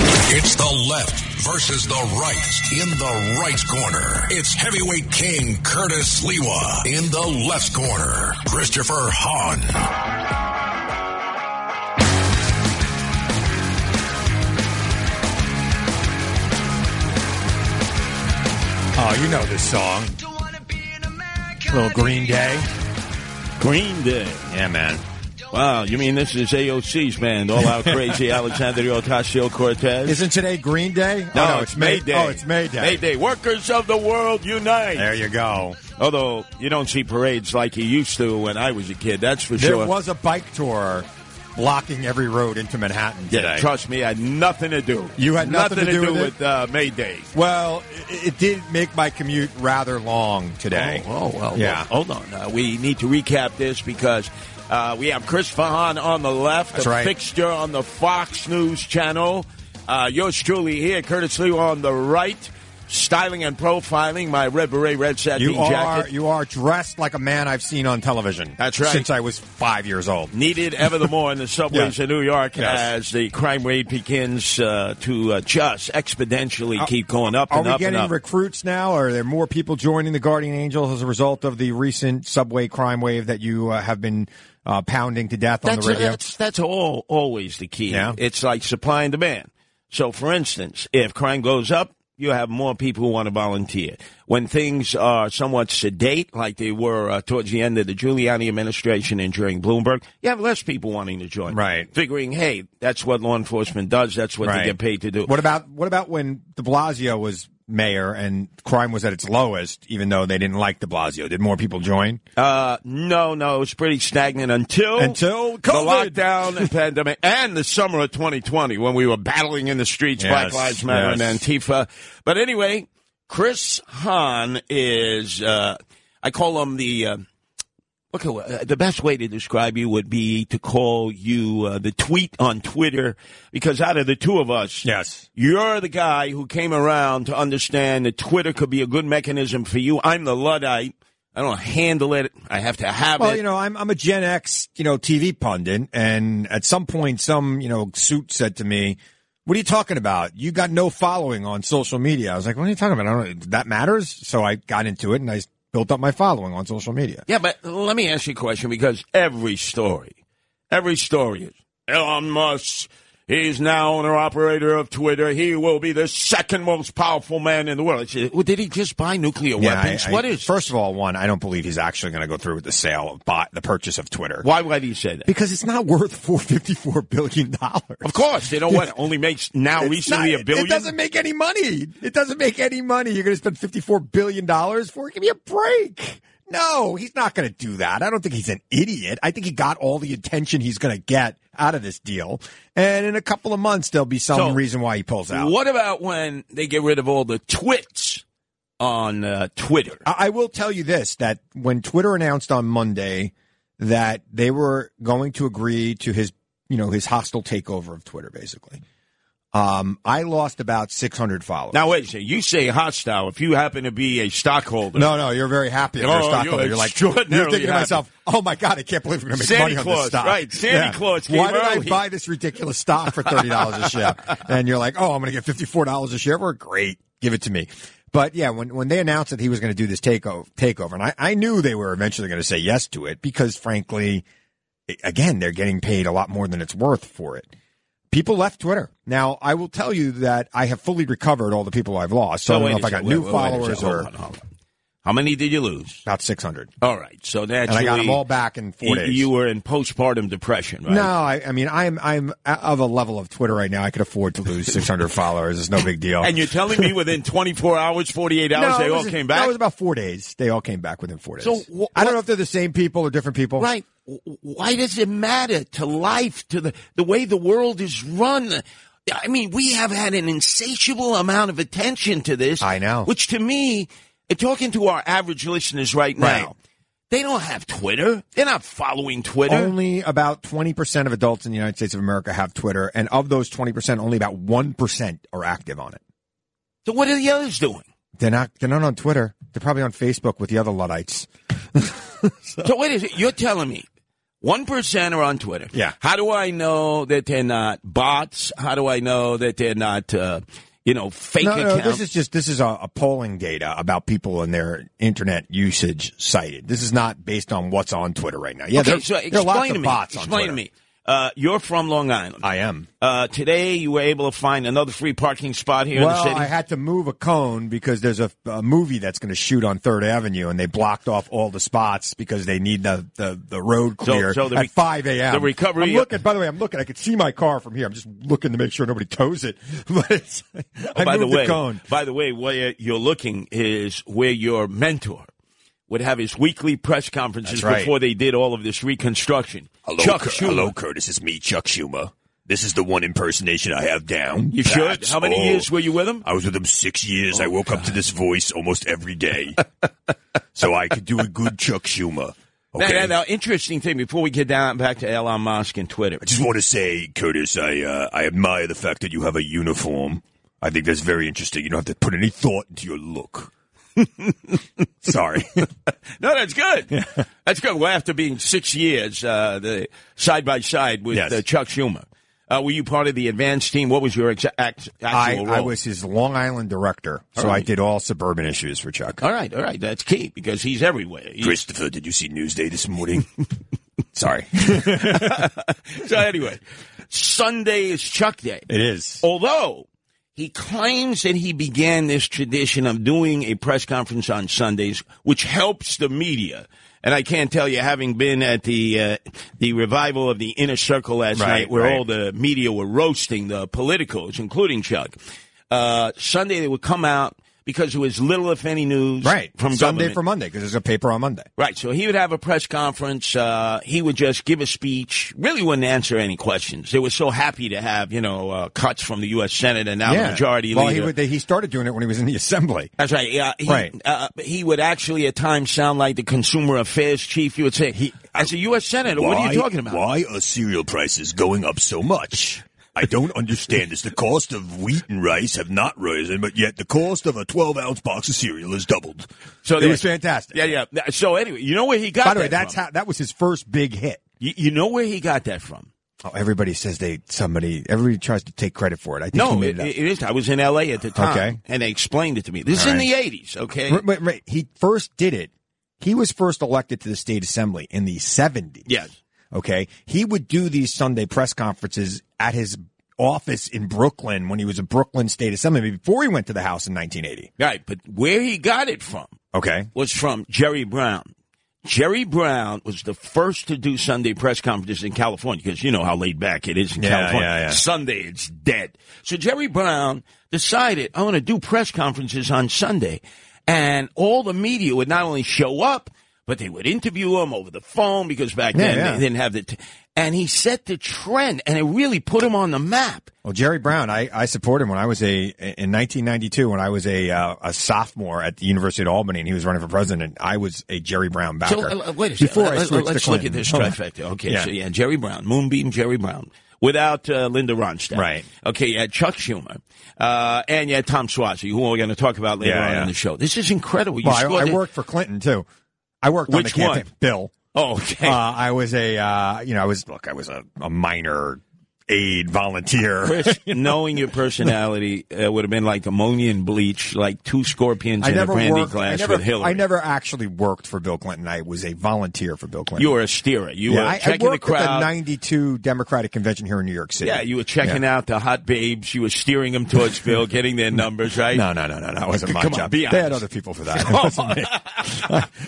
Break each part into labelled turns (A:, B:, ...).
A: It's the left versus the right. In the right corner, it's heavyweight king Curtis Lewa. In the left corner, Christopher Hahn.
B: Oh, you know this song. Little Green Day.
C: Green Day.
B: Yeah, man.
C: Wow, you mean this is AOC's band, all out crazy Alexandria Ocasio Cortez?
D: Isn't today Green Day?
C: No,
D: oh,
C: it's May Day.
D: Oh, it's May Day.
C: May Day. Workers of the world unite.
B: There you go.
C: Although you don't see parades like you used to when I was a kid, that's for
D: There
C: sure.
D: was a bike tour blocking every road into Manhattan
C: Yeah,
D: today.
C: trust me, I had nothing to do.
D: You had nothing to do with it?
C: with uh, May Day.
D: Well, it, it did make my commute rather long today.
C: Oh, oh, well,
D: Yeah.
C: Hold on. Uh, we need to recap this because uh, we have Chris Fahan on the left,
D: That's
C: a
D: right.
C: fixture on the Fox News channel. Uh, yours truly here, Curtis Lee on the right, styling and profiling my red beret, red satin
D: You are
C: jacket.
D: you are dressed like a man I've seen on television.
C: That's right.
D: Since I was five years old.
C: Needed ever the more in the subways
D: Yeah.
C: of New York
D: Yes.
C: as the crime rate begins uh, to uh, just exponentially keep going up
D: Are
C: and
D: we
C: up and
D: getting
C: up.
D: recruits now? Are there more people joining the Guardian Angels as a result of the recent subway crime wave that you uh, have been uh, pounding to death on
C: that's,
D: the radio?
C: That's, that's all, always the key.
D: Yeah.
C: It's like supply and demand. So, for instance, if crime goes up, you have more people who want to volunteer. When things are somewhat sedate, like they were uh, towards the end of the Giuliani administration and during Bloomberg, you have less people wanting to join.
D: Right.
C: Figuring, hey, that's what law enforcement does. That's what
D: Right.
C: they get paid to do.
D: What about what about when De Blasio was mayor and crime was at its lowest, even though they didn't like De Blasio? Did more people join?
C: Uh, no, no, it's pretty stagnant until
D: Until COVID.
C: the lockdown and pandemic and the summer of 2020 when we were battling in the streets, Black
D: Yes,
C: Lives Matter
D: yes.
C: and Antifa. But anyway, Chris Hahn is uh, I call him the. Uh, Okay, well, uh, the best way to describe you would be to call you uh, the tweet on Twitter, because out of the two of us,
D: Yes.
C: you're the guy who came around to understand that Twitter could be a good mechanism for you. I'm the Luddite. I don't handle it. I have to have
D: Well,
C: it.
D: you know, I'm I'm a Gen X, you know, TV pundit, and at some point, some you know suit said to me, "What are you talking about? You got no following on social media." I was like, "What are you talking about? I don't, that matters." So I got into it and I built up my following on social media.
C: yeah, but let me ask you a question because every story, every story is Elon Musk. He's now owner operator of Twitter. He will be the second most powerful man in the world. I said, well, did he just buy nuclear
D: Yeah,
C: weapons?
D: I- I-
C: what is?
D: First of all, one, I don't believe he's actually going to go through with the sale, of buy, the purchase of Twitter,
C: why would he say that?
D: because it's not worth four fifty four billion dollars.
C: Of course, they don't want only makes now
D: It's
C: recently
D: not-
C: a billion.
D: It doesn't make any money. It doesn't make any money. You're going to spend fifty-four billion dollars for it. Give me a break. No, he's not going to do that. I don't think he's an idiot. I think he got all the attention he's going to get out of this deal, and in a couple of months there'll be some
C: So,
D: reason why he pulls out.
C: What about when they get rid of all the twits on uh, Twitter?
D: I, I will tell you this: that when Twitter announced on Monday that they were going to agree to his, you know, his hostile takeover of Twitter, basically, um, I lost about six hundred followers.
C: Now wait a second. You say hostile if you happen to be a stockholder.
D: No, no, you're very happy if you're a
C: Oh,
D: stockholder.
C: you're
D: You're like, you're
C: extraordinarily
D: thinking to
C: happy.
D: myself, oh my God, I can't believe we're going to make
C: Santa
D: money on
C: Claus,
D: this stock.
C: right, Santa Claus came
D: Why did
C: early.
D: I buy this ridiculous stock for $30 a share? And you're like, oh, I'm going to get $54 a share. We're great. Give it to me. But yeah, when, when they announced that he was going to do this takeover, takeover, and I, I knew they were eventually going to say yes to it because frankly, i- again, they're getting paid a lot more than it's worth for it. People left Twitter. Now, I will tell you that I have fully recovered all the people I've lost. So I don't
C: wait
D: know
C: a
D: if I got
C: second.
D: new
C: Wait, wait, wait a
D: followers
C: second.
D: or
C: Hold on, hold on. How many did you lose?
D: about 600.
C: All right, so
D: and
C: naturally,
D: I got them all back in four
C: you,
D: days.
C: you were in postpartum depression, right?
D: no, I, I mean I'm I'm of a level of Twitter right now. I could afford to lose 600 followers. It's no big deal.
C: And you're telling me within 24 hours, 48
D: No,
C: hours,
D: it
C: they all
D: was-
C: came back.
D: That was about four days. They all came back within four days.
C: So wh-
D: I don't
C: what-
D: know if they're the same people or different people.
C: Right. W- w- Why does it matter to life, to the, the way the world is run? I mean, we have had an insatiable amount of attention to this.
D: I know.
C: Which to me, uh, talking to our average listeners right now,
D: Right.
C: they don't have Twitter. They're not following Twitter.
E: Oh.
D: Only about 20% of adults in the United States of America have Twitter, and of those 20%, only about 1% are active on it.
C: So what are the others doing?
D: They're not. They're not on Twitter. They're probably on Facebook with the other luddites.
C: So wait a second. You're telling me 1% are on Twitter.
E: Yeah.
C: How do I know that they're not bots? How do I know that they're not, uh, you know, fake
E: No, no,
C: accounts?
E: this is just this is a, a polling data about people and their internet usage cited. This is not based on what's on Twitter right now. Yeah,
C: okay,
E: there,
C: so explain
E: there are lots
C: to me.
E: of bots on
C: explain to
E: Twitter.
C: me. Uh, you're from Long Island.
E: I am.
C: Uh, today you were able to find another free parking spot here in the
E: Well,
C: city.
E: I had to move a cone because there's a, a movie that's going to shoot on Third Avenue, and they blocked off all the spots because they need the, the, the road clear
C: so the
E: at
C: re-
E: 5 a.m.
C: the recovery-
E: I'm looking. By the way, I'm looking. I could see my car from here. I'm just looking to make sure nobody tows it. But it's, I
C: Oh, by the
E: moved
C: way,
E: cone.
C: by the way, where you're looking is where your mentor would have his weekly press conferences
E: That's right.
C: before they did all of this reconstruction.
D: Hello,
C: Chuck
D: Cur-
C: Schumer.
D: hello, Curtis. It's me, Chuck Schumer. This is the one impersonation I have down.
C: You should.
D: Perhaps.
C: How many
D: Oh,
C: years were you with him? Oh,
D: I was with him six years. I woke up to this voice almost every day, so I could do a good Chuck Schumer.
C: Now,
D: Okay.
C: now, now, interesting thing. Before we get down back to Elon Musk and Twitter,
D: I just want to say, Curtis, I uh, I admire the fact that you have a uniform. I think that's very interesting. You don't have to put any thought into your look. Sorry.
C: no, that's good. That's good. Well, after being six years, uh, the side by side with
D: Yes.
C: uh, Chuck Schumer, uh, were you part of the advanced team? What was your exa- act-
E: I,
C: actual role?
E: I was his Long Island director, so I did all suburban issues for Chuck.
C: All right, all right. That's key because he's everywhere. He's-
D: Christopher, did you see Newsday this morning? Sorry.
C: so anyway, Sunday is Chuck Day.
E: It is.
D: Oh,
C: Although he claims that he began this tradition of doing a press conference on Sundays, which helps the media. And I can't tell you, having been at the uh, the revival of the Inner Circle last
E: Right,
C: night, where
E: right.
C: all the media were roasting the politicos, including Chuck. Uh, Sunday they would come out because there was little, if any, news
E: Right.
C: from
E: Sunday
C: government.
E: for Monday because there's a paper on Monday.
C: Right. So he would have a press conference. Uh, he would just give a speech. Really wouldn't answer any questions. They were so happy to have, you know, uh, cuts from the U.S. Senate and now the majority
E: well,
C: leader.
E: he would, he started doing it when he was in the assembly.
C: That's right. Yeah. He,
E: Right.
C: Uh, he would actually at times sound like the consumer affairs chief. You would say,
E: uh,
C: as a U.S. Senator, what are you
D: Why-
C: talking about?
D: Why are cereal prices going up so much? I don't understand this. The cost of wheat and rice have not risen, but yet the cost of a 12 ounce box of cereal has doubled.
C: So
E: It
C: there-
E: was fantastic.
C: Yeah, yeah. Th- So anyway, you know where he got
E: By the
C: that
E: way, that's
C: from?
E: how that was his first big hit.
C: You, you know where he got that from?
E: Oh, everybody says they somebody. Everybody tries to take credit for it. I think he
C: No,
E: made
C: it,
E: it,
C: it is. I was in L.A. at the time.
E: Okay.
C: And they explained it to me. This is in the 80s, okay?
E: up. Right, right, right. He first did it. He was first elected to the state assembly in the seventies.
C: Yes.
E: Okay. He would do these Sunday press conferences at his office in Brooklyn when he was a Brooklyn state assembly before he went to the House in 1980.
C: Right. But where he got it from
E: Okay.
C: was from Jerry Brown. Jerry Brown was the first to do Sunday press conferences in California because you know how laid back it is in
E: Yeah,
C: California.
E: yeah, yeah.
C: Sunday, it's dead. So Jerry Brown decided, I want to do press conferences on Sunday. And all the media would not only show up, but they would interview him over the phone because back
E: Yeah,
C: then
E: yeah.
C: they didn't have the. T- and he set the trend and it really put him on the map.
E: Well, Jerry Brown, I, I supported him when I was a in 1992 when I was a uh, a sophomore at the University of Albany and he was running for president. I was a Jerry Brown backer.
C: So uh, wait a second.
E: before I
C: Let-
E: switched
C: let's
E: to
C: look
E: Clinton.
C: at this
E: Hold on.
C: trifecta. Okay,
E: Yeah.
C: so yeah, Jerry Brown, Moonbeam, Jerry Brown, without uh, Linda Ronstadt.
E: Right.
C: Okay, you had Chuck Schumer, uh, and you had Tom Swazi, who we're going to talk about later
E: Yeah,
C: on
E: yeah.
C: in the show. This is incredible. You
E: Well, I,
C: scored
E: I
C: it-
E: worked for Clinton too. I worked on the
C: Which
E: campaign.
C: one?
E: Bill.
C: Oh, okay.
E: Uh, I was a uh, you know I was look I was a, a minor aide volunteer.
C: Chris, knowing your personality uh, would have been like ammonia and bleach, like two scorpions
E: I
C: in a
E: never
C: brandy
E: worked. I
C: glass
E: never,
C: with Hillary.
E: I never actually worked for Bill Clinton. I was a volunteer for Bill Clinton.
C: You were a steerer. You
E: yeah,
C: were
E: I, I
C: checking the
E: worked
C: crowd.
E: at the '92 Democratic convention here in New York City.
C: yeah, you were checking out the hot babes. You were steering them towards Bill, getting their numbers right.
E: No, no, no, no, no. That wasn't my
C: Come on,
E: job.
C: be
E: they had
C: honest.
E: other people for that. It wasn't me.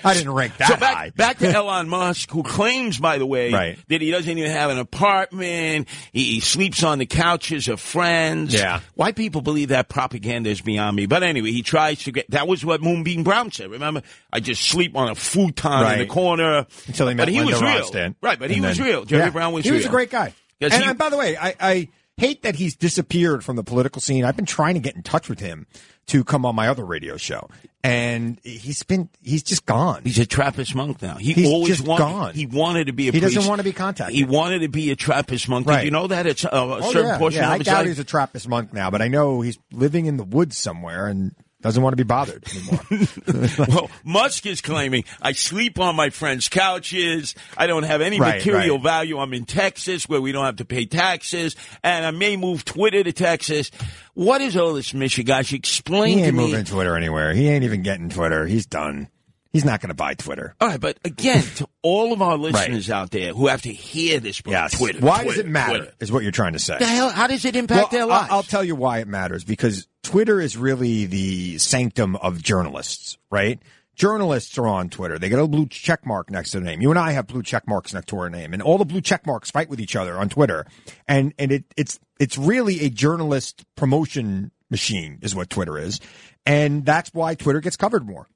E: I didn't rank that
C: So
E: high.
C: back, back to Elon Musk, who claims, by the way,
E: Right.
C: that he doesn't even have an apartment. He, he sleeps on the couches of friends.
E: Yeah.
C: Why people believe that propaganda is beyond me. But anyway, he tries to get. That was what Moonbeam Brown said. Remember, I just sleep on a futon in the
E: Right.
C: corner.
E: until they met
C: but he
E: Linda
C: was real,
E: Ronstadt.
C: right? But he
E: And
C: was
E: then-
C: real. Jerry
E: Yeah.
C: Brown was.
E: He was
C: real.
E: a great guy.
C: Yes,
E: and,
C: he-
E: and by the way, I, I hate that he's disappeared from the political scene. I've been trying to get in touch with him to come on my other radio show, and he's been he's just gone.
C: He's a Trappist monk now. He
E: He's
C: always
E: just
C: wanted.
E: gone.
C: He wanted to be a.
E: He doesn't
C: priest.
E: want to be contacted.
C: He wanted to be a Trappist monk. Did
E: Right.
C: you know that it's uh, a
E: Oh,
C: certain
E: yeah,
C: portion
E: yeah,
C: of
E: I
C: his
E: doubt
C: life?
E: he's a Trappist monk now, but I know he's living in the woods somewhere, and Doesn't want to be bothered anymore.
C: well, Musk is claiming I sleep on my friends' couches. I don't have any
E: Right,
C: material
E: right.
C: value. I'm in Texas where we don't have to pay taxes, and I may move Twitter to Texas. What is all this mishigash? Explain
E: he
C: to
E: ain't
C: me.
E: moving Twitter anywhere. He ain't even getting Twitter. He's done. He's not going to buy Twitter.
C: All right, but again, to all of our listeners out there who have to hear this, from
E: Yes.
C: Twitter.
E: Why
C: Twitter,
E: does it matter?
C: Twitter.
E: Is what you're trying to say.
C: The hell? How does it impact their
E: Well,
C: lives?
E: I- I'll tell you why it matters because Twitter is really the sanctum of journalists, right? Journalists are on Twitter. They get a blue check mark next to their name. You and I have blue check marks next to our name, and all the blue check marks fight with each other on Twitter. And and it it's it's really a journalist promotion machine, is what Twitter is, and that's why Twitter gets covered more.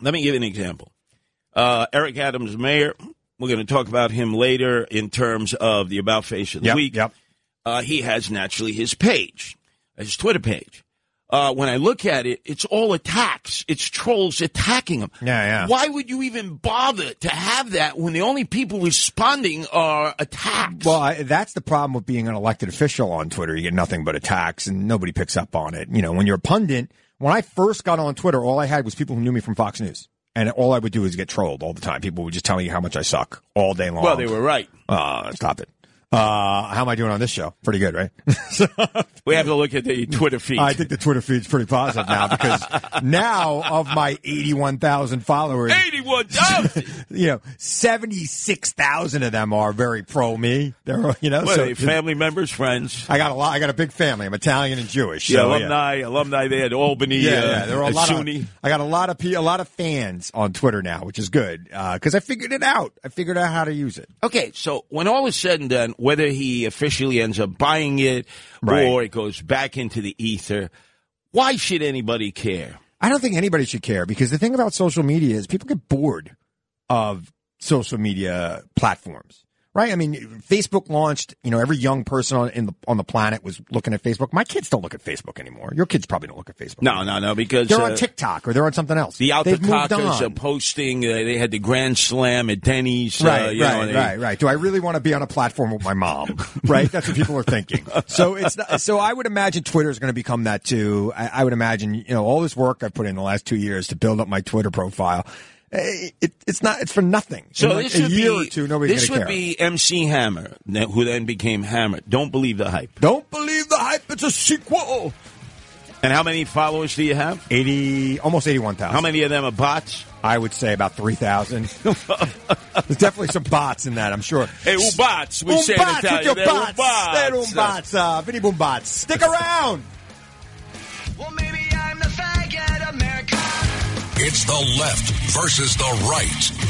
C: Let me give you an example. Uh, Eric Adams, mayor. We're going to talk about him later in terms of the about face of the week.
E: yep.
C: uh, he has naturally his page, his Twitter page. Uh, when I look at it, it's all attacks. It's trolls attacking him.
E: Yeah, yeah.
C: Why would you even bother to have that when the only people responding are attacks?
E: Well, I, that's the problem with being an elected official on Twitter. You get nothing but attacks, and nobody picks up on it. You know, when you're a pundit, when I first got on Twitter, all I had was people who knew me from Fox News, and all I would do is get trolled all the time. People would just tell me how much I suck all day long.
C: Well, they were right.
E: Uh, stop it. Uh, how am I doing on this show? Pretty good, right?
C: We have to look at the Twitter feed.
E: Mm. I think the Twitter feed's pretty positive now because now of my eighty-one thousand followers,
C: 81,000.
E: you know, seventy-six thousand of them are very pro me. They're you know,
C: What
E: so
C: are they, family members, friends,
E: I got a lot. I got a big family. I'm Italian and Jewish.
C: yeah,
E: so,
C: alumni, alumni there at Albany,
E: Yeah, yeah,
C: uh,
E: yeah. There are a lot
C: SUNY.
E: of. I got a lot of pe- a lot of fans on Twitter now, which is good because I figured it out. I figured out how to use it.
C: Okay, so when all is said and done, whether he officially ends up buying it
E: Right.
C: or it goes back into the ether, why should anybody care?
E: I don't think anybody should care because the thing about social media is people get bored of social media platforms, right? I mean, Facebook launched. You know, every young person on in the on the planet was looking at Facebook. My kids don't look at Facebook anymore. Your kids probably don't look at Facebook.
C: No, no, no, because
E: They're
C: uh,
E: on TikTok or they're on something else.
C: the
E: They've moved
C: Altacockers are
E: on.
C: posting. Uh, they had the Grand Slam at Denny's. uh,
E: Right,
C: you know,
E: right,
C: they-
E: right, right. Do I really want to be on a platform with my mom? right, that's what people are thinking. So it's not, so I would imagine Twitter is going to become that too. I, I would imagine you know all this work I've put in the last two years to build up my Twitter profile. eh, It, it's not. It's for nothing.
C: So
E: in like
C: this
E: a
C: would
E: year
C: be
E: or two, nobody's
C: this
E: going
C: would
E: to care.
C: be MC Hammer, that- who then became Hammer. Don't believe the hype.
E: Don't believe the hype. It's a sequel.
C: And how many followers do you have?
E: Eighty, almost eighty-one thousand.
C: How many of them are bots?
E: I would say about three thousand. There's definitely some bots in that. I'm sure.
C: Hey, who bots? We
E: Boom
C: say in
E: bots with
C: Italian.
E: your
C: They're
E: bots.
C: bots.
E: They're boom bots. Uh, Vinny boom bots. Stick around.
B: Well, maybe I'm the faggot America.
A: It's the left versus the right.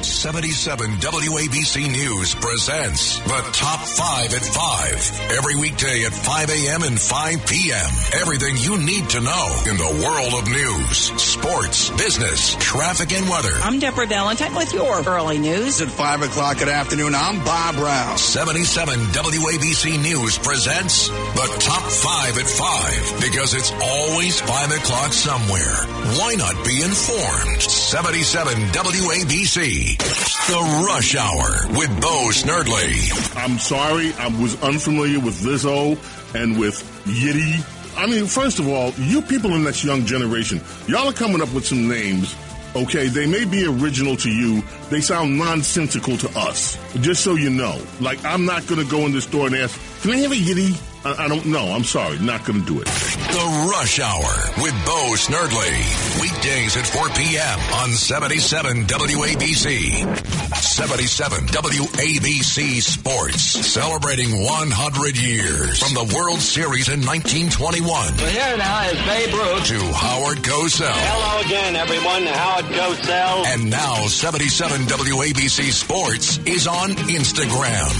A: Seventy-seven WABC News presents the top five at five every weekday at five a.m. and five p.m. Everything you need to know in the world of news, sports, business, traffic, and weather.
F: I'm Deborah Valentine with your early news.
G: at 5 o'clock at afternoon. I'm Bob Brown.
A: 77 WABC News presents the top five at five because it's always five o'clock somewhere. Why not be informed? 77 WABC, the rush hour with Bo Snerdly.
H: I'm sorry, I was unfamiliar with Lizzo and with Yiddy. I mean, first of all, you people in this young generation, y'all are coming up with some names. Okay, they may be original to you. They sound nonsensical to us. Just so you know, like I'm not gonna go in the store and ask, "Can I have a Yiddy?" I, I don't know. I'm sorry, not gonna do it.
A: The rush hour with Bo Snerdly. Weekdays at 4 p.m. on 77 WABC. 77 WABC Sports, celebrating 100 years from the World Series in 1921.
I: Here now is Babe Ruth.
A: to Howard Cosell.
I: Hello again, everyone. Howard Cosell.
A: And now 77 WABC Sports is on Instagram.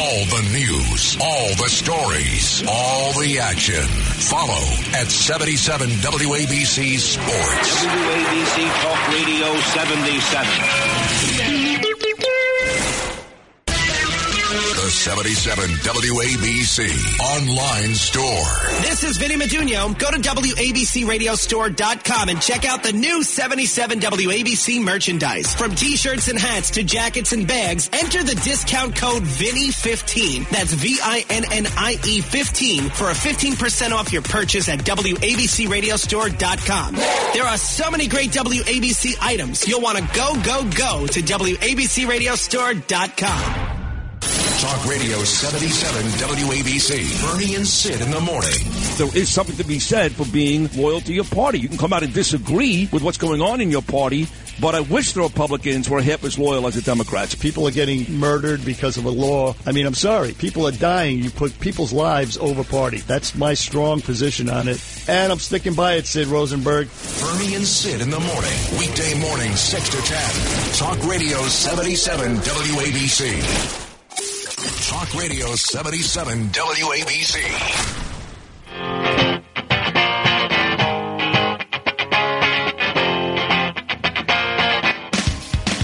A: All the news, all the stories, all the action. Follow at 77 WABC Sports.
I: WABC Talk Radio 77.
A: The 77 WABC online store.
J: This is Vinny Madunio. Go to WABCRadiostore.com and check out the new 77 WABC merchandise. From t-shirts and hats to jackets and bags, enter the discount code VINNY15. That's V-I-N-N-I-E 15 E for a 15% off your purchase at WABCRadiostore.com. There are so many great WABC items. You'll want to go, go, go to WABCRadiostore.com.
A: Talk Radio 77 WABC. Bernie and Sid in the morning.
K: There is something to be said for being loyal to your party. You can come out and disagree with what's going on in your party, but I wish the Republicans were half as loyal as the Democrats.
L: People are getting murdered because of a law. I mean, I'm sorry. People are dying. You put people's lives over party. That's my strong position on it. And I'm sticking by it, Sid Rosenberg.
A: Bernie and Sid in the morning. Weekday morning, 6 to 10. Talk Radio 77 WABC. Talk Radio 77 WABC.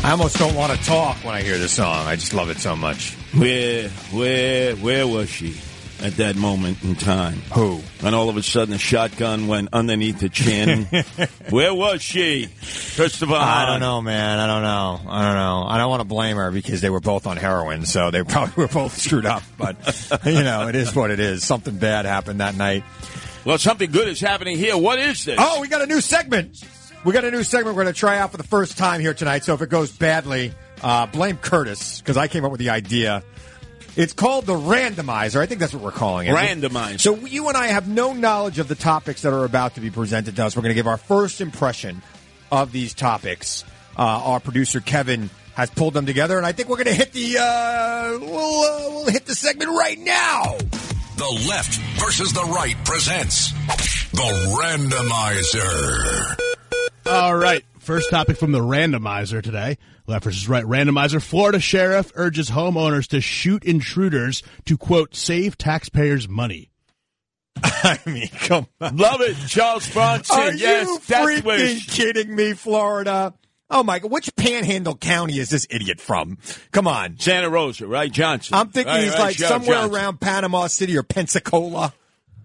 E: I almost don't want to talk when I hear this song. I just love it so much.
C: Where, where, where was she at that moment in time?
E: Who?
C: And all of a sudden, a shotgun went underneath the chin. where was she, Christopher?
E: I
C: Uh,
E: don't know, man. I don't know. I don't know. I don't want to blame her because they were both on heroin, so they probably were both screwed up. But you know, it is what it is. Something bad happened that night.
C: Well, something good is happening here. What is this?
E: Oh, we got a new segment. We got a new segment we're going to try out for the first time here tonight. So if it goes badly, uh, blame Curtis because I came up with the idea. It's called the randomizer. I think that's what we're calling it.
C: Randomizer.
E: So you and I have no knowledge of the topics that are about to be presented to us. We're going to give our first impression of these topics. Uh, our producer Kevin has pulled them together, and I think we're going to hit the uh, we'll, uh, we'll hit the segment right now.
A: The left versus the right presents The Randomizer.
M: All right. First topic from the randomizer today. Left versus right randomizer. Florida sheriff urges homeowners to shoot intruders to quote save taxpayers money.
E: I mean, come on.
C: Love it, Charles Bronson.
E: Are
C: yes,
E: you
C: that's
E: freaking
C: where
E: kidding me, Florida? Oh my God! Which Panhandle County is this idiot from? Come on,
C: Santa Rosa, right, Johnson?
E: I'm thinking
C: Right,
E: he's
C: right,
E: like
C: Joe
E: somewhere
C: Johnson.
E: around Panama City or Pensacola.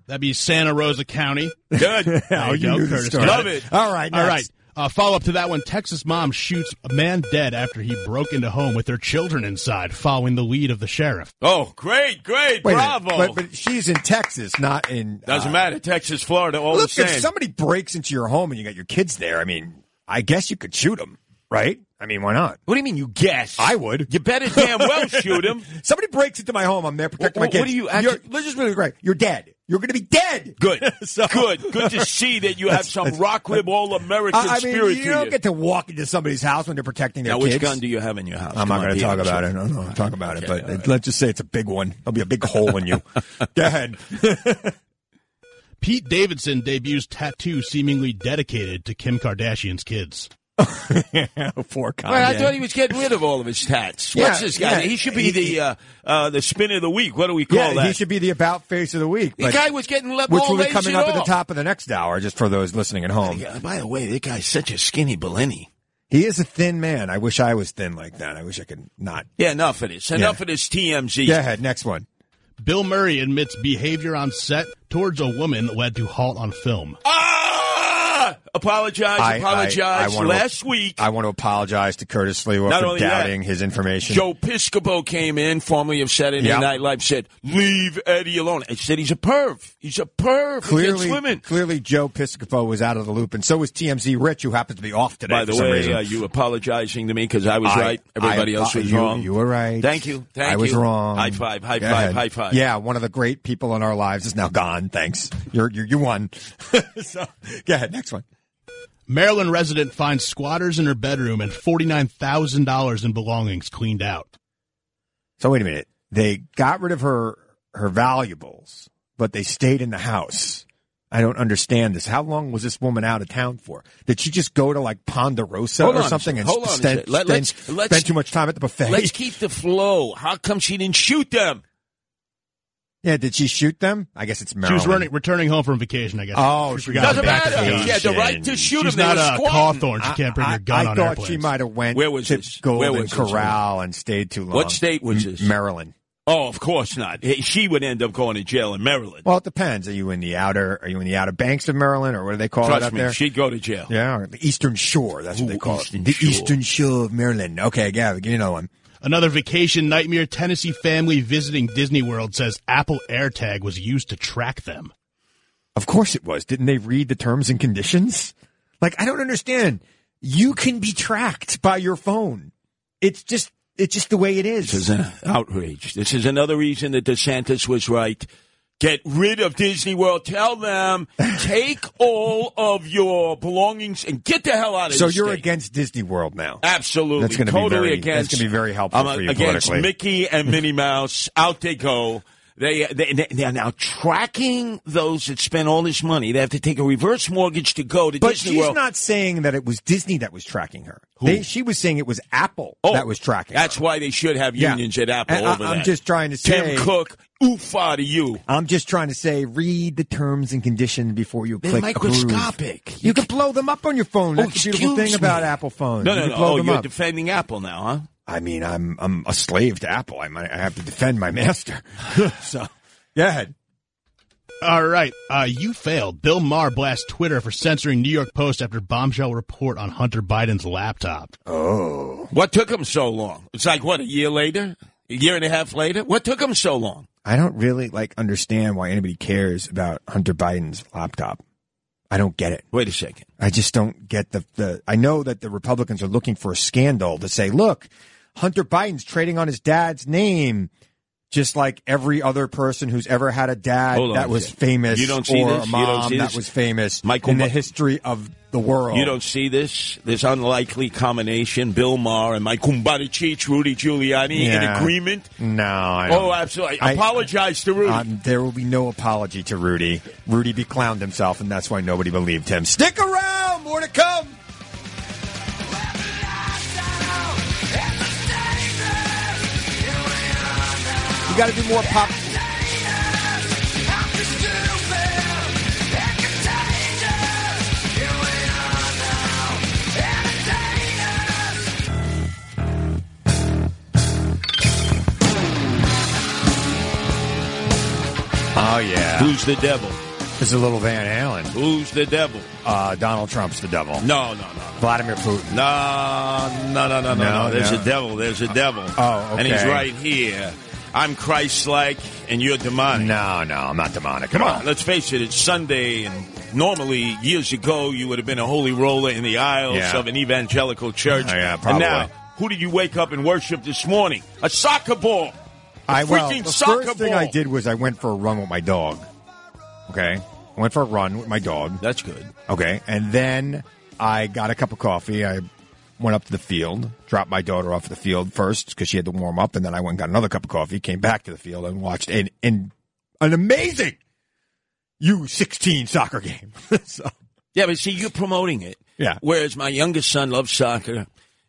M: That'd be Santa Rosa County.
C: Good.
M: There you
E: you
M: go,
E: knew the
M: Curtis.
E: story.
M: Got
E: Love it. All right,
M: All
E: next.
M: right. Uh, follow up to that one. Texas mom shoots a man dead after he broke into home with their children inside, following the lead of the sheriff.
C: Oh, great, great,
E: Wait a minute.
C: bravo.
E: But, but she's in Texas, not in.
C: Doesn't
E: uh,
C: matter. Texas, Florida, all
E: Look,
C: the
E: if
C: same.
E: somebody breaks into your home and you got your kids there, I mean, I guess you could shoot them, right? I mean, why not?
C: What do you mean you guess?
E: I would.
C: You better damn well shoot him.
E: Somebody breaks into my home. I'm there protecting
C: Wh-
E: my
C: wh-
E: kids.
C: what do you
E: You're,
C: actually-
E: let's just really great. You're dead. You're going to be dead.
C: Good,
E: So-
C: good, good to see that you have some rock rib all American
E: I, I mean,
C: spirit
E: you
C: to
E: don't
C: you.
E: get to walk into somebody's house when they're protecting their
C: now,
E: kids.
C: which gun do you have in your house?
E: I'm not going to talk about it.
C: it.
E: No, no, I'll talk about it. But let's just say it's a big one. There'll be a big hole in you. Go ahead.
M: Pete Davidson debuts tattoo seemingly dedicated to Kim Kardashian's kids.
E: Poor Kanye.
C: Well, I thought he was getting rid of all of his tats. What's
E: Yeah,
C: this guy?
E: yeah.
C: He should be
E: He-
C: the uh, uh, the spin of the week. What do we call
E: yeah,
C: that?
E: he should be the about face of the week.
C: the
E: but-
C: guy was getting left
E: which
C: all
E: will be
C: raised
E: coming
C: it
E: up at the
C: off.
E: top of the next hour, just for those listening at home.
C: Yeah, by the way, that guy's such a skinny Beleni.
E: He is a thin man. I wish I was thin like that. I wish I could not.
C: Yeah, enough of this. Enough of this TMZ.
E: Go ahead, next one.
M: Bill Murray admits behavior on set towards a woman led to halt on film.
C: Ah! Apologize, apologize.
E: wanna-
C: Last week,
E: I want to apologize to Curtis Lewa
C: Not
E: for
C: only that,
E: doubting his information.
C: Joe Piscopo came in, formerly of Saturday
E: Yep.
C: Night Live, said, "Leave Eddie alone." I said, "He's a perv. He's a perv
E: clearly,
C: against women."
E: clearly, Joe Piscopo was out of the loop, and so was TMZ Rich, who happens to be off today
C: By
E: for
C: the
E: some
C: way,
E: reason.
C: uh, you apologizing to me because I was
E: I-
C: right. Everybody
E: I-
C: else was
E: you-
C: wrong.
E: You were right.
C: Thank you. Thank
E: I was
C: you.
E: wrong.
C: High five. High
E: Go
C: five.
E: ahead.
C: High five.
E: Yeah, one of the great people in our lives is now gone. Thanks. You're, you're you won. so, go ahead. Next one.
M: Maryland resident finds squatters in her bedroom and $49,000 in belongings cleaned out.
E: So wait a minute. They got rid of her her valuables, but they stayed in the house. I don't understand this. How long was this woman out of town for? Did she just go to like Ponderosa
C: Hold
E: or
C: on a
E: something
C: second.
E: and
C: Hold on a
E: spend,
C: second. Let-
E: spend-
C: let's- let's-
E: spend too much time at the buffet?
C: Let's keep the flow. How come she didn't shoot them?
E: yeah, did she shoot them? I guess it's
M: She
E: Maryland.
M: was running, returning home from vacation, I guess.
E: Oh, she
M: forgot
E: got
C: Doesn't
E: back
M: about
E: to
C: matter.
M: that.
C: She had the right to shoot
M: She's
C: them.
M: not
C: they
M: a
C: were squatting.
M: Cawthorn. She can't bring
E: I,
M: her gun
E: I
M: on
E: thought
M: airplanes.
E: she might have went
C: Where was
E: to
C: this? Where
E: Golden
C: was this?
E: Corral and stayed too long.
C: What state was
E: M-
C: this?
E: Maryland.
C: Oh, of course not. Eh, She would end up going to jail in Maryland.
E: Well, it depends. Are you in the outer? Are you in the outer banks of Maryland, or what do they call it
C: Trust
E: up
C: me,
E: there?
C: she'd go to jail.
E: yeah, or the Eastern Shore. That's what they call
M: Eastern
E: it. The
M: Shore.
E: Eastern Shore of Maryland. Okay, Gavin, give me another one.
M: Another vacation nightmare. Tennessee family visiting Disney World says Apple AirTag was used to track them.
E: Of course it was. Didn't they read the terms and conditions? Like, I don't understand. You can be tracked by your phone. It's just, it's just the way it is.
C: This is an outrage. This is another reason that DeSantis was right. Get rid of Disney World. Tell them take all of your belongings and get the hell out of.
E: So
C: this
E: you're
C: state.
E: against Disney World now.
C: Ah, absolutely
E: That's gonna be
C: totally
E: very-
C: against.
E: that's gonna be very helpful
C: uh,
E: for you
C: against
E: politically.
C: Mickey and Minnie Mouse. Out they go. They, they they- they are now tracking those that spent all this money. They have to take a reverse mortgage to go to
E: But
C: Disney
E: she's
C: World.
E: not saying that it was Disney that was tracking her.
C: Who? Oh,
E: They, she was saying it was Apple that was tracking.
C: That's why they should have
E: Yeah.
C: unions at Apple.
E: And I-
C: over
E: I'm
C: that.
E: just trying to say-
C: Tim Cook, oofa to you.
E: I'm just trying to say, read the terms and conditions before you
C: They're
E: click
C: microscopic.
E: approve. You can blow them up on your phone.
C: Oh,
E: That's the beautiful
C: excuse
E: thing about
C: me.
E: Apple phones.
C: No,
E: You
C: no,
E: can
C: no.
E: blow
C: Oh,
E: them
C: you're
E: up.
C: defending Apple now, huh?
E: I mean, I'm I'm a slave to Apple. I might, I have to defend my master. so, go ahead.
M: All right, uh, you failed. Bill Maher blasts Twitter for censoring New York Post after bombshell report on Hunter Biden's laptop.
E: Oh,
C: What took him so long? It's like what a year later, a year and a half later. What took him so long?
E: I don't really like understand why anybody cares about Hunter Biden's laptop. I don't get it.
C: Wait a second.
E: I just don't get the, the I know that the Republicans are looking for a scandal to say, look, Hunter Biden's trading on his dad's name just like every other person who's ever had a dad
C: Hold on
E: that
C: a
E: was
C: second.
E: famous
C: You don't see
E: or
C: this?
E: a
C: You don't
E: mom
C: see
E: that
C: this?
E: was famous
C: Michael
E: in the
C: Ma-
E: history of the world.
C: You don't see this this unlikely combination: Bill Maher and Mike Kumbarichich, Rudy Giuliani,
E: Yeah.
C: in agreement.
E: No, I don't.
C: Oh, absolutely.
E: I-
C: Apologize to Rudy.
E: Um, there will be no apology to Rudy. Rudy be clowned himself, and that's why nobody believed him. Stick around, more to come. You got to do more pop. Oh yeah.
C: Who's the devil?
E: This is a little Van Halen.
C: Who's the devil?
E: Uh, Donald Trump's the devil.
C: No, no, no.
E: Vladimir Putin.
C: No, no, no, no, no,
E: No,
C: no. There's
E: no.
C: a devil. There's a devil.
E: oh, okay.
C: And he's right here. I'm Christ-like, and you're demonic.
E: No, no, I'm not demonic.
C: Come
E: at
C: on, let's face it. It's Sunday, and normally years ago you would have been a holy roller in the aisles
E: Yeah. Oh,
C: of an evangelical church.
E: Yeah, yeah,
C: And
E: probably.
C: now, who did you wake up and worship this morning? A soccer ball. A
E: I well,
C: freaking
E: the
C: soccer
E: first
C: ball.
E: thing I did was I went for a run with my dog. Okay, I went for a run with my dog.
C: That's good.
E: Okay, and then I got a cup of coffee. I went up to the field, dropped my daughter off at the field first because she had to warm up, and then I went and got another cup of coffee. Came back to the field and watched an an, an amazing U sixteen soccer game. so
C: Yeah, but see, you're promoting it.
E: Yeah.
C: Whereas my youngest son loves soccer.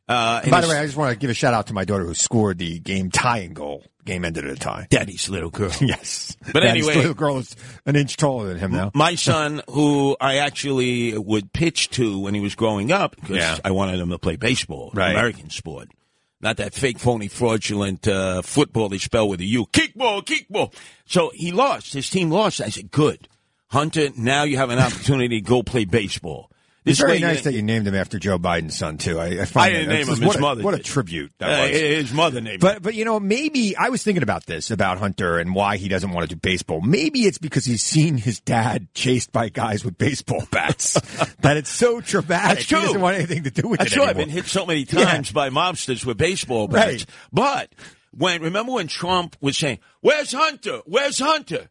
C: Uh, and
E: By the
C: his
E: way, I just want to give a shout out to my daughter who scored the game tying goal. Game ended at a tie.
C: daddy's little girl.
E: Yes.
C: But
E: That is-
C: anyway-
E: the girl is an inch taller than him now.
C: My son, who I actually would pitch to when he was growing up, because
E: Yeah.
C: I wanted him to play baseball, an
E: Right.
C: American sport, not that fake, phony, fraudulent uh, football they spell with a U. Kickball, kickball. So he lost. His team lost. I said, "Good, Hunter. Now you have an opportunity to go play baseball."
E: It's
C: way
E: very
C: you-
E: nice that you named him after Joe Biden's son too. I, I, find
C: I didn't
E: that,
C: name him. His
E: What a,
C: mother.
E: What a
C: did.
E: tribute that
C: Uh,
E: was.
C: his mother named. him.
E: But but you know maybe I was thinking about this about Hunter and why he doesn't want to do baseball. Maybe it's because he's seen his dad chased by guys with baseball bats that it's so traumatic.
C: That's true.
E: He doesn't want anything to do with
C: That's
E: it
C: true. I've
E: anymore.
C: been hit so many
E: Yeah.
C: times by mobsters with baseball bats.
E: Right.
C: But when remember when Trump was saying, "Where's Hunter? Where's Hunter?"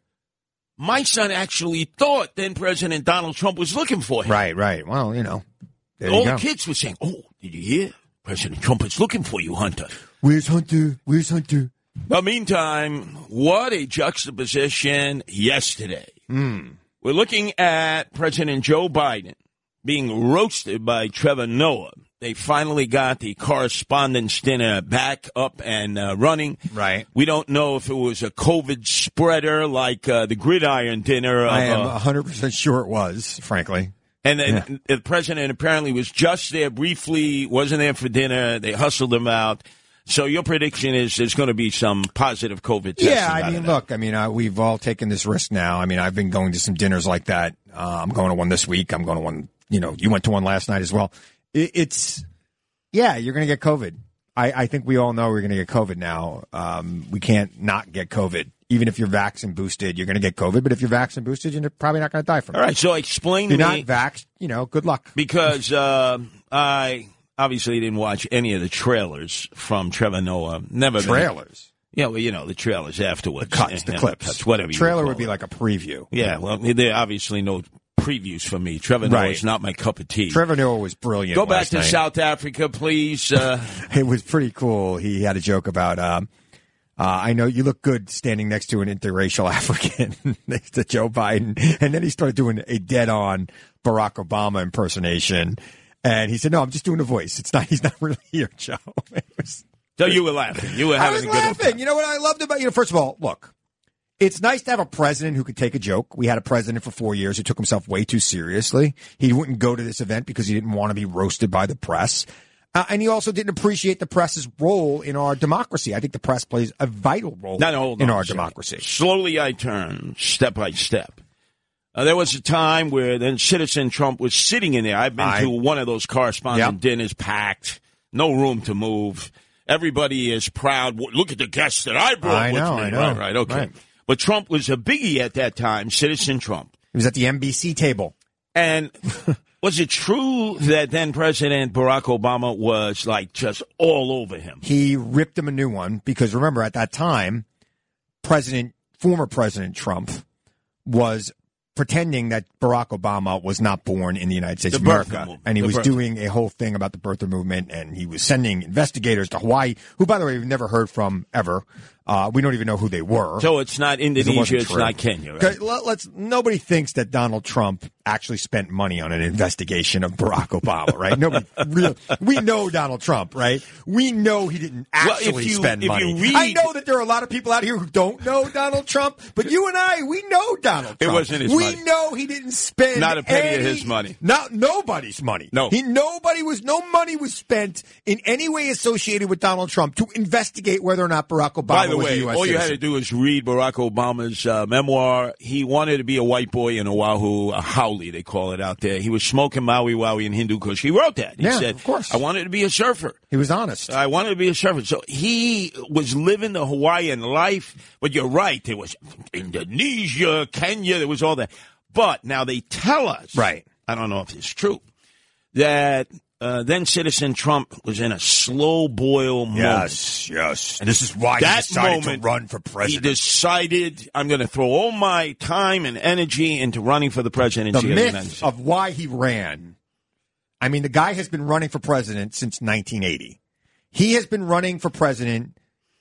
C: My son actually thought then President Donald Trump was looking for him.
E: Right, right. Well, you know, there you
C: All
E: go.
C: the kids were saying, "Oh, did you hear? President Trump is looking for you, Hunter."
E: Where's Hunter? Where's Hunter?
C: But meantime, what a juxtaposition yesterday.
E: Hmm.
C: We're looking at President Joe Biden being roasted by Trevor Noah. They finally got the correspondence dinner back up and uh, running.
E: Right.
C: We don't know if it was a COVID spreader like uh, the gridiron dinner. Of,
E: I am
C: uh,
E: 100% sure it was, frankly.
C: and then the president apparently was just there briefly, wasn't there for dinner. They hustled him out. So your prediction is there's going to be some positive COVID testing.
E: Yeah,
C: out
E: I
C: of
E: mean, look, I mean, uh, we've all taken this risk now. I mean, I've been going to some dinners like that. Uh, I'm going to one this week. I'm going to one. You know, you went to one last night as well. It, it's yeah, you're going to get COVID. I, I think we all know we're going to get COVID now. Um, we can't not get COVID. Even if you're vaccine boosted, you're going to get COVID. But if you're vaccine boosted, you're probably not going to die from it.
C: All right, so explain
E: You're
C: to
E: not
C: me-
E: vaxxed, you know, good luck.
C: because uh, I obviously didn't watch any of the trailers from Trevor Noah. Never been-
E: Trailers?
C: yeah, well, you know the trailers afterwards, the
E: cuts, the clips,
C: whatever. you
E: Trailer
C: call
E: would be
C: it.
E: like a preview.
C: Yeah, well, there are obviously no previews for me. Trevor Noah
E: Right.
C: is not my cup of tea.
E: Trevor Noah was brilliant.
C: Go back
E: last
C: to
E: night.
C: South Africa, please. Uh,
E: it was pretty cool. He had a joke about, um, uh, I know you look good standing next to an interracial African next to Joe Biden. And then he started doing a dead on Barack Obama impersonation. And he said, no, I'm just doing a voice. It's not, he's not really here, Joe. It was-
C: so you were laughing. You were
E: I
C: having
E: was
C: a good
E: laughing. You know what I loved about you? Know, first of all, look, it's nice to have a president who could take a joke. We had a president for four years who took himself way too seriously. He wouldn't go to this event because he didn't want to be roasted by the press. Uh, and he also didn't appreciate the press's role in our democracy. I think the press plays a vital role
C: No, no, hold
E: in
C: on a
E: our
C: second.
E: democracy.
C: Slowly I turn, step by step. Uh, there was a time where then Citizen Trump was sitting in there. I've been
E: I-
C: to one of those correspondent
E: Yep.
C: dinners, packed, no room to move. Everybody is proud. W- Look at the guests that I brought
E: I
C: with
E: know,
C: me.
E: I know.
C: Right, right, okay.
E: Right.
C: But Trump was a biggie at that time, Citizen Trump.
E: He was at the NBC table.
C: And was it true that then President Barack Obama was like just all over him?
E: He ripped him a new one because remember at that time, President, former President Trump was pretending that Barack Obama was not born in the United States of
C: The birth
E: America.
C: movement.
E: And he
C: The
E: was
C: birth.
E: doing a whole thing about the birther movement and he was sending investigators to Hawaii, who by the way, we've never heard from ever. Uh, we don't even know who they were.
C: So it's not
E: Because it
C: Indonesia,
E: wasn't
C: it's
E: true.
C: not Kenya. Right?
E: Okay, let- Let's. Nobody thinks that Donald Trump actually spent money on an investigation of Barack Obama, right? Nobody. real, we know Donald Trump, right? We know he didn't
C: Well,
E: actually
C: if you-
E: spend
C: if you
E: money.
C: read-
E: I know that there are a lot of people out here who don't know Donald Trump, but you and I, we know Donald.
C: It
E: Trump.
C: wasn't his
E: We
C: money.
E: know he didn't spend
C: Not a penny of
E: any-
C: his money.
E: Not nobody's money.
C: No.
E: he nobody was no money was spent in any way associated with Donald Trump to investigate whether or not Barack Obama
C: By the
E: was
C: way,
E: a U.S.
C: all you
E: citizen.
C: had to do is read Barack Obama's uh, memoir. He wanted to be a white boy in Oahu, a howley, they call it out there. He was smoking Maui Waui and Hindu Kush. He wrote that. He
E: Yeah,
C: said,
E: of course.
C: I wanted to be a surfer.
E: He was honest.
C: I wanted to be a surfer. So he was living the Hawaiian life, but you're right. There was Indonesia, Kenya, there was all that. But now they tell us, right? I don't know if it's true, that uh, then Citizen Trump was in a slow boil
D: Yes, yes. And this is why
C: that
D: he decided
C: moment,
D: to run for president.
C: He decided I'm going to throw all my time and energy into running for the presidency
E: the
C: of the United
E: myth
C: States.
E: of why he ran. I mean, the guy has been running for president since 1980. He has been running for president.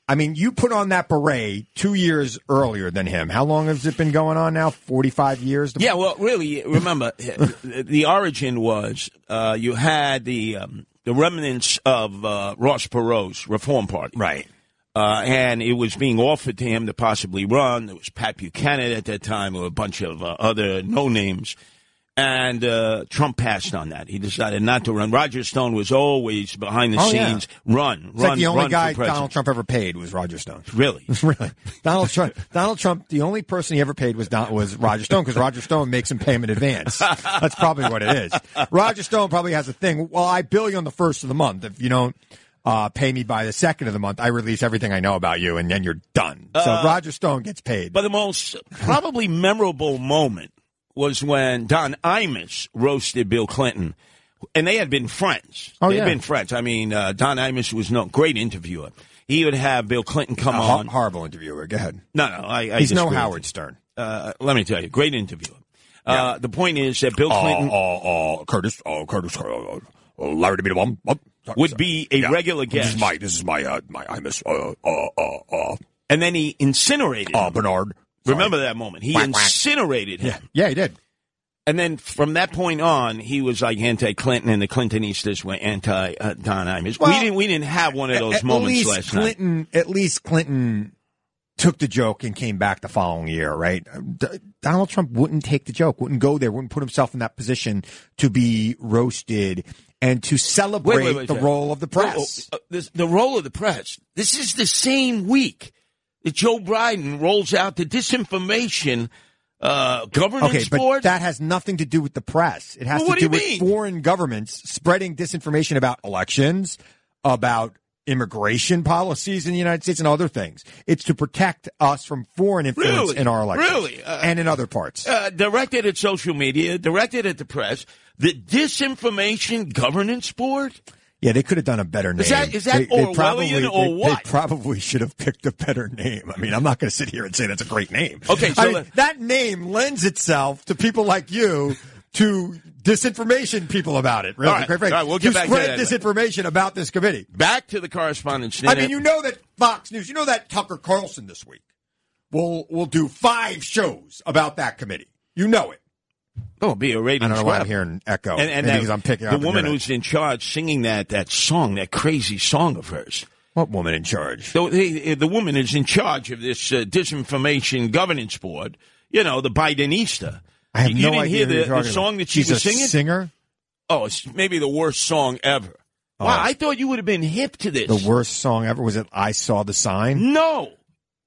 E: I mean, you put on that beret two years earlier than him. How long has it been going on now? 45 years?
C: Yeah, well, really, remember the the origin was uh, you had the um, the remnants of uh, Ross Perot's Reform Party, right? Uh, and it was being offered to him to possibly run. There was Pat Buchanan at that time, or a bunch of uh, other no names. And uh, Trump passed on that. He decided not to run. Roger Stone was always behind the
E: Oh, yeah.
C: scenes. Run,
E: It's
C: run,
E: like the only
C: run
E: guy
C: for president.
E: Donald Trump ever paid was Roger Stone.
C: Really?
E: really? Donald Trump. Donald Trump. The only person he ever paid was Don, was Roger Stone because Roger Stone makes him pay him in advance. That's probably what it is. Roger Stone probably has a thing. Well, I bill you on the first of the month. If you don't uh, pay me by the second of the month, I release everything I know about you, and then you're done. So
C: Uh,
E: Roger Stone gets paid.
C: But the most probably memorable moment was when Don Imus roasted Bill Clinton. And they had been friends.
E: Oh,
C: They'd
E: yeah.
C: been friends. I mean, uh, Don Imus was no great interviewer. He would have Bill Clinton come
E: A hor-
C: on.
E: horrible interviewer. Go ahead.
C: No, no, I, I
E: Uh, He's no
C: disagree with
E: Howard
C: you.
E: Stern.
C: Uh, let me tell you, great interviewer. Uh, the point is that Bill
D: Oh,
C: Clinton
D: oh, oh, Curtis, oh, Curtis, oh, oh, Larry to be the one. Oh, sorry,
C: would
D: sorry.
C: be a
D: Yeah.
C: regular
D: This
C: guest,
D: is my, this is my, uh, my, I miss, uh, uh, uh, uh,
C: and then he incinerated.
D: uh,
E: Oh,
C: him.
D: Bernard.
C: Remember that moment? He
D: Quack, quack.
C: incinerated him.
E: Yeah, he did.
C: And then from that point on, he was like anti-Clinton, and the Clintonistas were anti-Don Imus. we
E: Well,
C: didn't we didn't have one of those
E: at
C: moments
E: least
C: last night.
E: Clinton, At least Clinton took the joke and came back the following year, right? D- Donald Trump wouldn't take the joke, wouldn't go there, wouldn't put himself in that position to be roasted and to celebrate
C: Wait, wait, wait,
E: the
C: Jeff.
E: role of the press.
C: Oh, oh, uh, this- the role of the press. This is the same week that Joe Biden rolls out the disinformation uh, governance
E: Okay, but
C: board.
E: that has nothing to do with the press. It has
C: Well, what do
E: to do,
C: you
E: with
C: mean?
E: foreign governments spreading disinformation about elections, about immigration policies in the United States, and other things. It's to protect us from foreign influence
C: Really?
E: in our elections
C: Really? Uh,
E: and in other parts.
C: uh, directed at social media, directed at the press. The disinformation governance board.
E: Yeah, they could have done a better name.
C: Is that- is that
E: they, they
C: Orwellian
E: probably,
C: or
E: they-
C: what?
E: They probably should have picked a better name. I mean, I'm not going to sit here and say that's a great name.
C: Okay, so
E: I mean,
C: let-
E: that name lends itself to people like you to disinformation people about it. Really,
C: All right,
E: quite frankly.
C: all right, we'll get
E: you
C: back to that
E: spread disinformation about this committee.
C: Back to the correspondence.
E: I mean, you know that Fox News, you know that Tucker Carlson this week will will do five shows about that committee. You know it.
C: Oh, be a
E: I
C: ratings.
E: don't know why
C: grab.
E: I'm hearing echo.
C: And, and
E: Oh, Maybe
C: that-
E: because I'm picking
C: the
E: up
C: woman
E: internet.
C: who's in charge singing that that song, that crazy song of hers.
E: What woman in charge?
C: The, the, the woman is in charge of this uh, disinformation governance board. You know, the Bidenista.
E: I have
C: you,
E: no
C: you didn't
E: idea
C: hear
E: who
C: the,
E: you're
C: the
E: talking about.
C: song that she
E: She's
C: was
E: a
C: singing.
E: singer?
C: Oh, it's maybe the worst song ever.
E: Oh.
C: Wow, I thought you would have been hip to this.
E: The worst song ever was it I Saw the Sign?
C: No.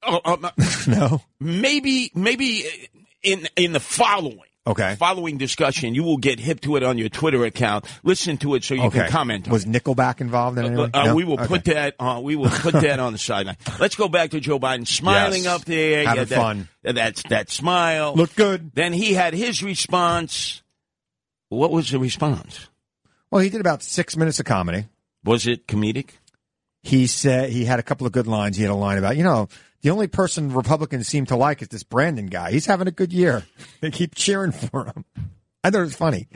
C: Oh, um,
E: No.
C: maybe maybe eh, in in the following
E: Okay.
C: following discussion, you will get hip to it on your Twitter account. Listen to it so you
E: okay.
C: can comment. on
E: Was Nickelback involved in
C: it.
E: any
C: Uh,
E: way?
C: uh,
E: No?
C: We will
E: Okay.
C: put that. Uh, we will put that on the sideline. Let's go back to Joe Biden smiling
E: Yes.
C: up there,
E: Having
C: Yeah, that,
E: fun.
C: That's that smile.
E: Look good.
C: Then he had his response. What was the response?
E: Well, he did about six minutes of comedy.
C: Was it comedic?
E: He said he had a couple of good lines. He had a line about, you know, the only person Republicans seem to like is this Brandon guy. He's having a good year. They keep cheering for him. I thought it was funny.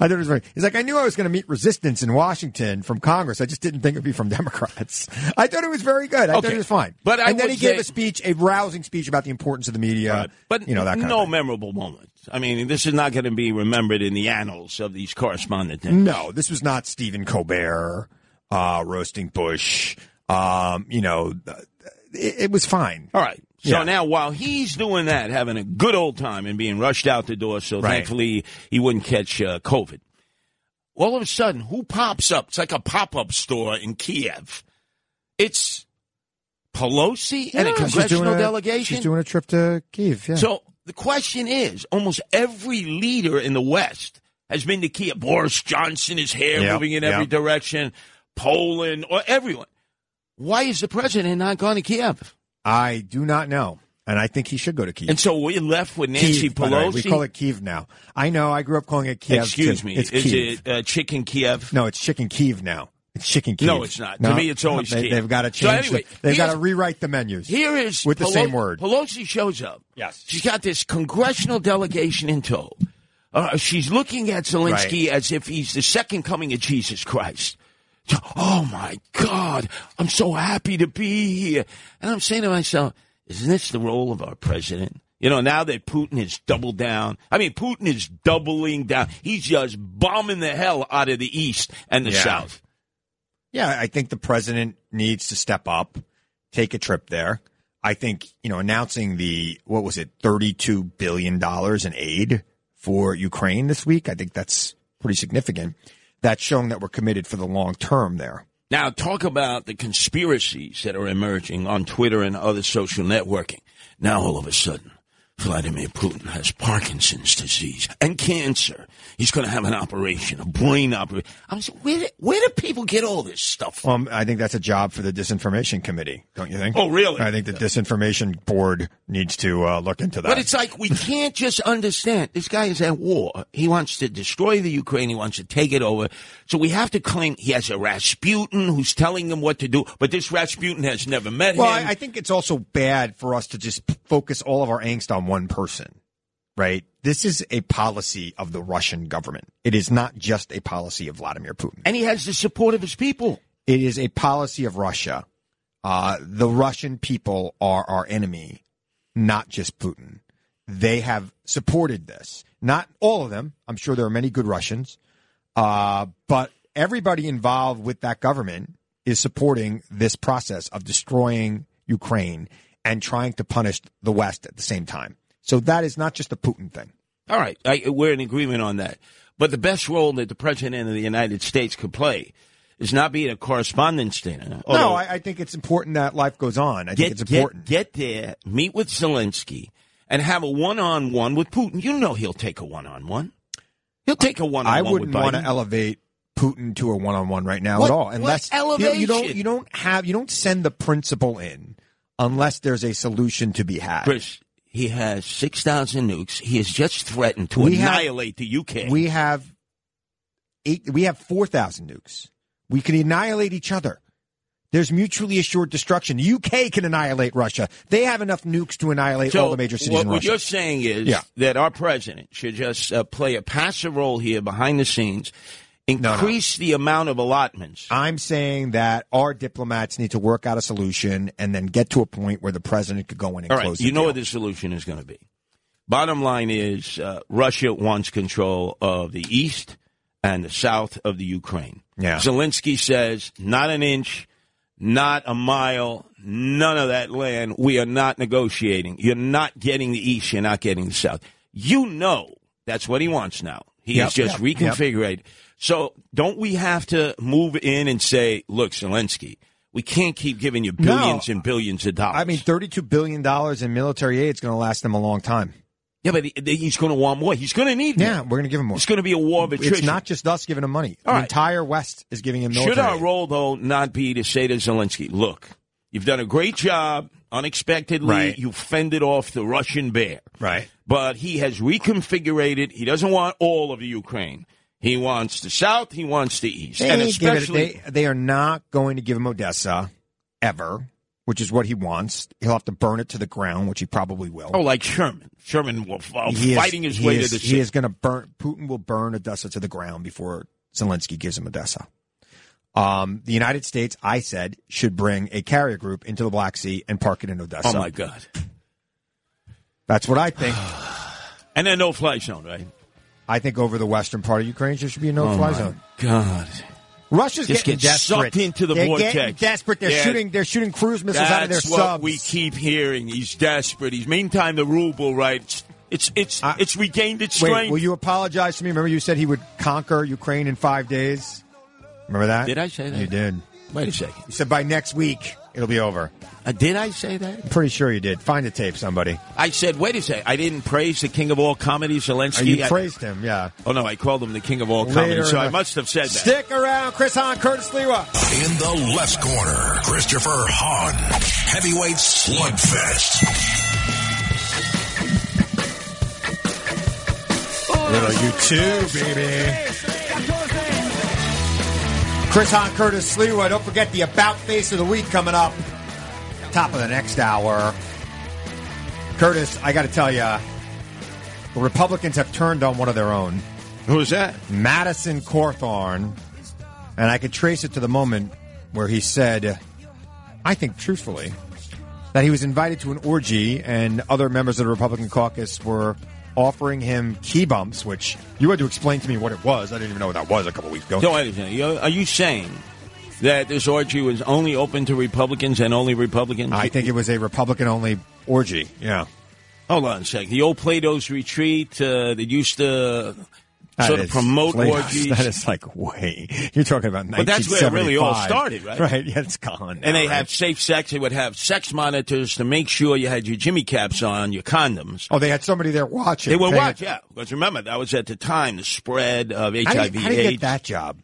E: I thought it was funny. He's like, I knew I was going to meet resistance in Washington from Congress. I just didn't think it'd be from Democrats. I thought it was very good. I thought
C: Okay.
E: it was fine.
C: But I
E: and then
C: would
E: he gave
C: say-
E: a speech, a rousing speech about the importance of the media.
C: But
E: you know that kind
C: no
E: of thing.
C: memorable moment. I mean, this is not going to be remembered in the annals of these correspondent things.
E: No, this was not Stephen Colbert uh, roasting Bush. Um, you know, uh, it, it was fine.
C: All right. So
E: Yeah.
C: now, while he's doing that, having a good old time and being rushed out the door, so
E: Right.
C: thankfully he wouldn't catch uh, COVID. All of a sudden, who pops up? It's like a pop up store in Kiev. It's Pelosi and a
E: Yeah, she's
C: congressional
E: doing a-
C: delegation.
E: She's doing a trip to Kiev. Yeah.
C: So the question is almost every leader in the West has been to Kiev. Boris Johnson, his hair
E: Yep,
C: moving in every
E: yep.
C: direction, Poland, or everyone. Why is the president not going to Kiev?
E: I do not know, and I think he should go to Kiev.
C: And so we're left with Nancy
E: Kiev, by the way.
C: Pelosi.
E: We call it Kiev now. I know. I grew up calling it Kiev.
C: Excuse
E: too.
C: me.
E: It's
C: is
E: Kiev.
C: it uh, chicken Kiev?
E: No, it's chicken Kiev now. It's chicken Kiev.
C: No, it's not. To me, it's always
E: they,
C: Kiev.
E: They've got to
C: So
E: change.
C: anyway,
E: the, they've got to
C: here's-
E: rewrite the menus.
C: Here is
E: with the
C: Pelo-
E: same word.
C: Pelosi shows up.
E: Yes.
C: she's got this congressional delegation in tow. Uh, she's looking at Zelensky as if he's the second coming of Jesus Christ. Oh my God! I'm so happy to be here, and I'm saying to myself, "Isn't this the role of our president?" You know, now that Putin has doubled down, I mean, Putin is doubling down. He's just bombing the hell out of the East and the
E: Yeah.
C: South.
E: Yeah, I think the president needs to step up, take a trip there. I think, you know, announcing the, what was it, $32 billion in aid for Ukraine this week, I think that's pretty significant. That's showing that we're committed for the long term there.
C: Now, talk about the conspiracies that are emerging on Twitter and other social networking. Now, all of a sudden, Vladimir Putin has Parkinson's disease and cancer. He's going to have an operation, a brain operation. I'm saying, where, do- where do people get all this stuff from?
E: Um, I think that's a job for the disinformation committee, don't you think?
C: Oh, really?
E: I think the disinformation board needs to uh, look into that.
C: But it's like we can't just understand. This guy is at war. He wants to destroy the Ukraine. He wants to take it over. So we have to claim he has a Rasputin who's telling him what to do. But this Rasputin has never met
E: Well,
C: him.
E: I, I think it's also bad for us to just p- focus all of our angst on one person, right? This is a policy of the Russian government. It is not just a policy of Vladimir Putin.
C: and he has the support of his people.
E: It is a policy of Russia. Uh, the Russian people are our enemy, not just Putin. They have supported this. Not all of them. I'm sure there are many good Russians. Uh, but everybody involved with that government is supporting this process of destroying Ukraine and trying to punish the West at the same time. So that is not just a Putin thing.
C: All right, I, we're in agreement on that. But the best role that the president of the United States could play is not being a correspondence dinner.
E: no, I, I think it's important that life goes on. I think it's important.
C: Get, get there, meet with Zelensky, and have a one-on-one with Putin. You know he'll take a one-on-one. He'll take a one-on-one.
E: I wouldn't
C: with Biden.
E: want to elevate Putin to a one-on-one right now
C: What-
E: at all.
C: what
E: Unless you- You, don't
C: elevation?
E: you don't have you don't send the principal in unless there's a solution to be had.
C: Chris, he has 6,000 nukes. He has just threatened to
E: We have-
C: annihilate the UK.
E: We have eight. We have four thousand nukes. We can annihilate each other. There's mutually assured destruction. The UK can annihilate Russia. They have enough nukes to annihilate all the major cities
C: what,
E: in
C: what
E: Russia.
C: you're saying is
E: Yeah.
C: that our president should just uh, play a passive role here behind the scenes, increase the amount of allotments.
E: I'm saying that our diplomats need to work out a solution and then get to a point where the president could go in and
C: All
E: close
C: right,
E: it.
C: you know what the solution is going to be. Bottom line is uh, Russia wants control of the east and the south of the Ukraine.
E: Yeah.
C: Zelensky says not an inch, not a mile, none of that land. We are not negotiating. You're not getting the east. You're not getting the south. You know that's what he wants now. He
N: Yep,
C: has just
N: yep, yep.
C: reconfigured. So don't we have to move in and say, look, Zelensky, we can't keep giving you billions and billions of dollars.
E: I mean, thirty-two billion dollars in military aid is going to last them a long time.
C: Yeah, but he, he's going to want more. He's going to need
E: Yeah, we're going to give him more.
C: It's going to be a war of attrition.
E: It's not just us giving him money.
C: All
E: the
C: right.
E: entire West is giving him military.
C: Should our
E: aid.
C: role, though, not be to say to Zelensky, look, you've done a great job unexpectedly.
E: Right.
C: You fended off the Russian bear.
E: Right.
C: But he has reconfigured it. He doesn't want all of the Ukraine. He wants the South. He wants the East.
E: They,
C: and
E: ain't giving it-
C: especially.
E: they, they are not going to give him Odessa ever, which is what he wants. He'll have to burn it to the ground, which he probably will.
C: oh, like Sherman. Sherman will, uh,
E: He is-
C: fighting his
E: he
C: way
E: is-
C: to the
E: He is going to burn. Putin will burn Odessa to the ground before Zelensky gives him Odessa. Um, the United States, I said, should bring a carrier group into the Black Sea and park it in Odessa.
C: Oh, my God.
E: That's what I think.
C: And then no fly zone, right?
E: I think over the western part of Ukraine, there should be a no-fly
C: Oh, my
E: zone.
C: God.
E: Russia's
C: Just
E: getting
C: get
E: desperate.
C: sucked into the
E: they're
C: vortex.
E: Getting desperate. They're
C: Yeah.
E: shooting. They're shooting cruise missiles out of their
C: That's what
E: subs.
C: we keep hearing. He's desperate. He's meantime the ruble right. It's it's it's regained its
E: Wait,
C: strength.
E: will you apologize to me? Remember, you said he would conquer Ukraine in five days. Remember that?
C: Did I say that?
E: You did.
C: Wait a second.
E: You said by next week it'll be over.
C: did I say that?
E: I'm pretty sure you did. Find the tape, somebody.
C: I said, wait a second. I didn't praise the king of all comedy, Zelensky.
E: you
C: I-
E: praised him, yeah.
C: Oh no, I called him the king of all
E: Later
C: comedy, so
E: in
C: I
E: the-
C: must have said that.
E: Stick around, Chris Hahn, Curtis Lewa.
A: In the left corner, Christopher Hahn. Heavyweight slugfest.
E: Little you too, baby. Chris Hahn, Curtis Lewa. Don't forget the About Face of the Week coming up. Top of the next hour. Curtis, I got to tell you, the Republicans have turned on one of their own.
C: Who is that?
E: Madison Cawthorn. And I could trace it to the moment where he said, I think truthfully, that he was invited to an orgy and other members of the Republican caucus were offering him key bumps, which you had to explain to me what it was. I didn't even know what that was a couple weeks ago.
C: No, wait a second. You- Are you saying that this orgy was only open to Republicans and only Republicans?
E: I think it was a Republican only orgy. Yeah.
C: Hold on a second. The old Plato's retreat uh, that used to
E: That
C: sort of
E: is
C: promote
E: late-
C: orgies.
E: That is like way. You're talking about
C: But that's where it really all
E: 1975.
C: started, right?
E: Right. Yeah, it's gone.
C: And they
E: now,
C: have safe sex. They would have sex monitors to make sure you had your Jimmy caps on, your condoms.
E: Oh, they had somebody there watching.
C: They were
E: paying
C: watch, yeah. Because remember, that was at the time the spread of HIV
E: uh, How do you, how do you
C: AIDS.
E: get that job?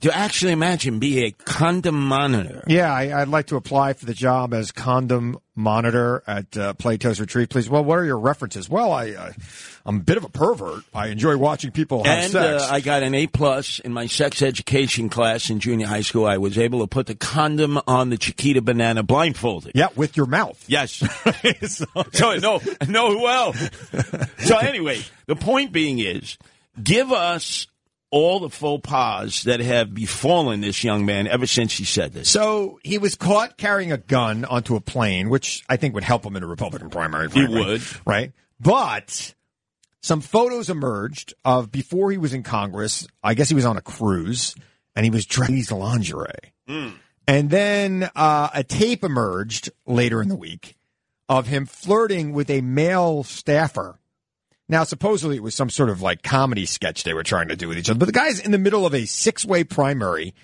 C: To actually imagine be a condom monitor.
E: Yeah, I, I'd like to apply for the job as condom monitor at uh, Plato's Retreat, please. Well, what are your references? Well, I, I I'm a bit of a pervert. I enjoy watching people have
C: And
E: sex.
C: uh, I got an A plus in my sex education class in junior high school. I was able to put the condom on the Chiquita banana blindfolded.
E: yeah, with your mouth.
C: Yes. so no, no, well. So anyway, the point being is, give us all the faux pas that have befallen this young man ever since he said this.
E: So he was caught carrying a gun onto a plane, which I think would help him in a Republican primary.
C: He
E: frankly.
C: would.
E: right? But some photos emerged of before he was in Congress. I guess he was on a cruise, and he was dressed in lingerie.
C: Mm.
E: And then uh, a tape emerged later in the week of him flirting with a male staffer. Now, supposedly it was some sort of like comedy sketch they were trying to do with each other, but the guy's in the middle of a six way primary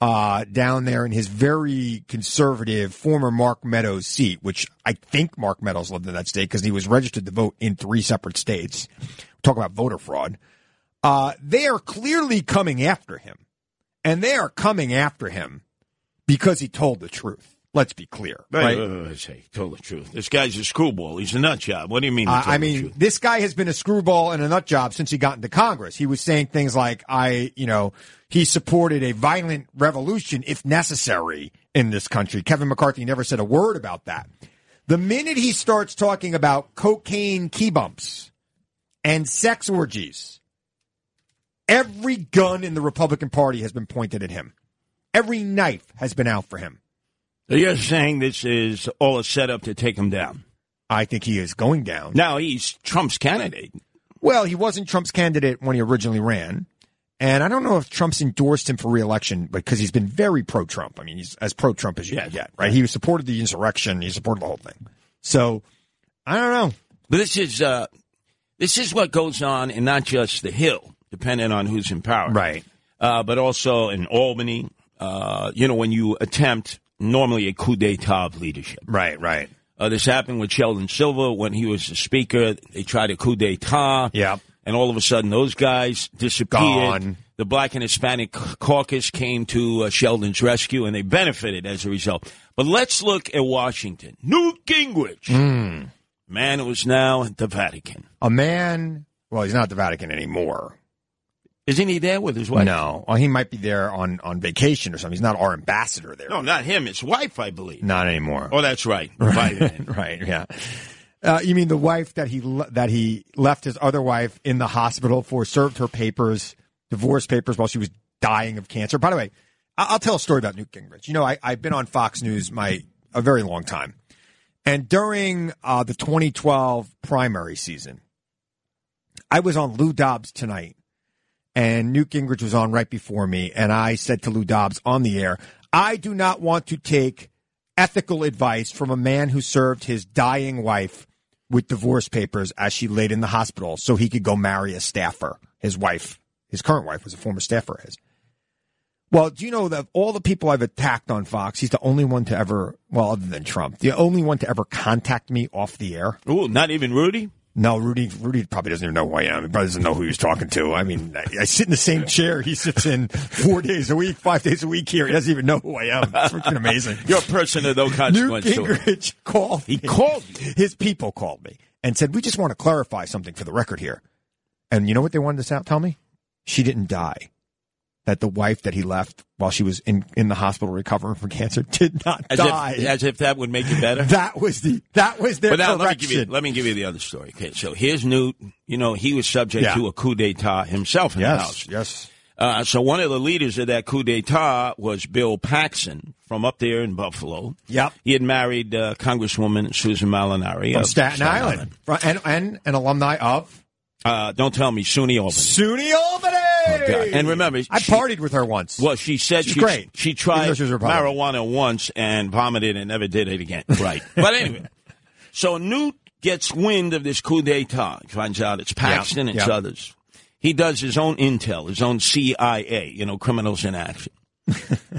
E: uh, down there in his very conservative former Mark Meadows seat, which I think Mark Meadows lived in that state because he was registered to vote in three separate states. Talk about voter fraud. Uh, they are clearly coming after him, and they are coming after him because he told the truth. Let's be clear, right?
C: Right. say, told the truth. This guy's a screwball. He's a nut job. What do you mean? he
E: Uh,
C: told
E: I
C: the truth?
E: mean, this guy has been a screwball and a nut job since he got into Congress. He was saying things like, "I, you know, he supported a violent revolution if necessary in this country." Kevin McCarthy never said a word about that. The minute he starts talking about cocaine key bumps and sex orgies, every gun in the Republican Party has been pointed at him. Every knife has been out for him.
C: So you're saying this is all a setup to take him down?
E: I think he is going down.
C: Now he's Trump's candidate.
E: Well, he wasn't Trump's candidate when he originally ran. And I don't know if Trump's endorsed him for reelection because he's been very pro Trump. I mean, he's as pro Trump as you can get, right? He supported the insurrection, he supported the whole thing. So I don't know.
C: But this is uh, this is what goes on, and not just the Hill, depending on who's in power,
E: right?
C: Uh, but also in Albany, uh, you know, when you attempt normally a coup d'état of leadership,
E: right, right.
C: Uh, this happened with Sheldon Silver when he was the speaker. They tried a coup d'état,
E: yeah,
C: and all of a sudden those guys disappeared.
E: Gone.
C: The Black and Hispanic Caucus came to uh, Sheldon's rescue, and they benefited as a result. But let's look at Washington. Newt Gingrich.
E: Mm.
C: Man who is now at the Vatican.
E: A man, well, he's not at the Vatican anymore.
C: Isn't he there with his wife?
E: No. Well, he might be there on, on vacation or something. He's not our ambassador there.
C: No, not him. His wife, I believe.
E: Not anymore.
C: Oh, that's right. Biden.
E: right, yeah. Uh, you mean the wife that he le- that he left his other wife in the hospital for, served her papers, divorce papers, while she was dying of cancer. By the way, I- I'll tell a story about Newt Gingrich. You know, I- I've been on Fox News my a very long time, and during uh, the 2012 primary season, I was on Lou Dobbs tonight, and Newt Gingrich was on right before me, and I said to Lou Dobbs on the air, I do not want to take ethical advice from a man who served his dying wife with divorce papers as she laid in the hospital so he could go marry a staffer. His wife, his current wife, was a former staffer of his. Well, do you know that of all the people I've attacked on Fox, he's the only one to ever, well, other than Trump, the only one to ever contact me off the air.
C: Ooh, not even Rudy?
E: No, Rudy. Rudy probably doesn't even know who I am. He probably doesn't know who he was talking to. I mean, I, I sit in the same chair he sits in four days a week, five days a week here. He doesn't even know who I am. It's freaking amazing.
C: You're a person of no
E: Newt
C: consequence. to him.
E: Gingrich called. He
C: called.
E: His people called me and said, "We just want to clarify something for the record here." And you know what they wanted to sa- tell me? She didn't die. That the wife that he left while she was in, in the hospital recovering from cancer did not
C: As
E: die.
C: if, as if that would make it better.
E: That was the that was their
C: but now, let me,
E: correction.
C: give you, let me give you the other story. Okay, so here's Newt. You know, he was subject
E: Yeah.
C: to a coup d'etat himself in the House.
E: yes, yes.
C: Uh, so one of the leaders of that coup d'etat was Bill Paxton from up there in Buffalo.
E: Yep.
C: He had married uh, Congresswoman Susan Malinari
E: from
C: of
E: Staten, Island, Fro- and and an alumni of
C: Uh, don't tell me SUNY Albany.
E: SUNY Albany.
C: Oh, God. And remember,
E: I
C: she-
E: partied with her once.
C: Well, she said
E: She's
C: she,
E: great,
C: she
E: even though
C: tried
E: she was a Republican.
C: marijuana once and vomited and never did it again. Right. but anyway, so Newt gets wind of this coup d'etat. He finds out it's Paxton,
N: Yeah,
C: it's
N: yeah.
C: others. He does his own intel, his own CIA, you know, criminals in action.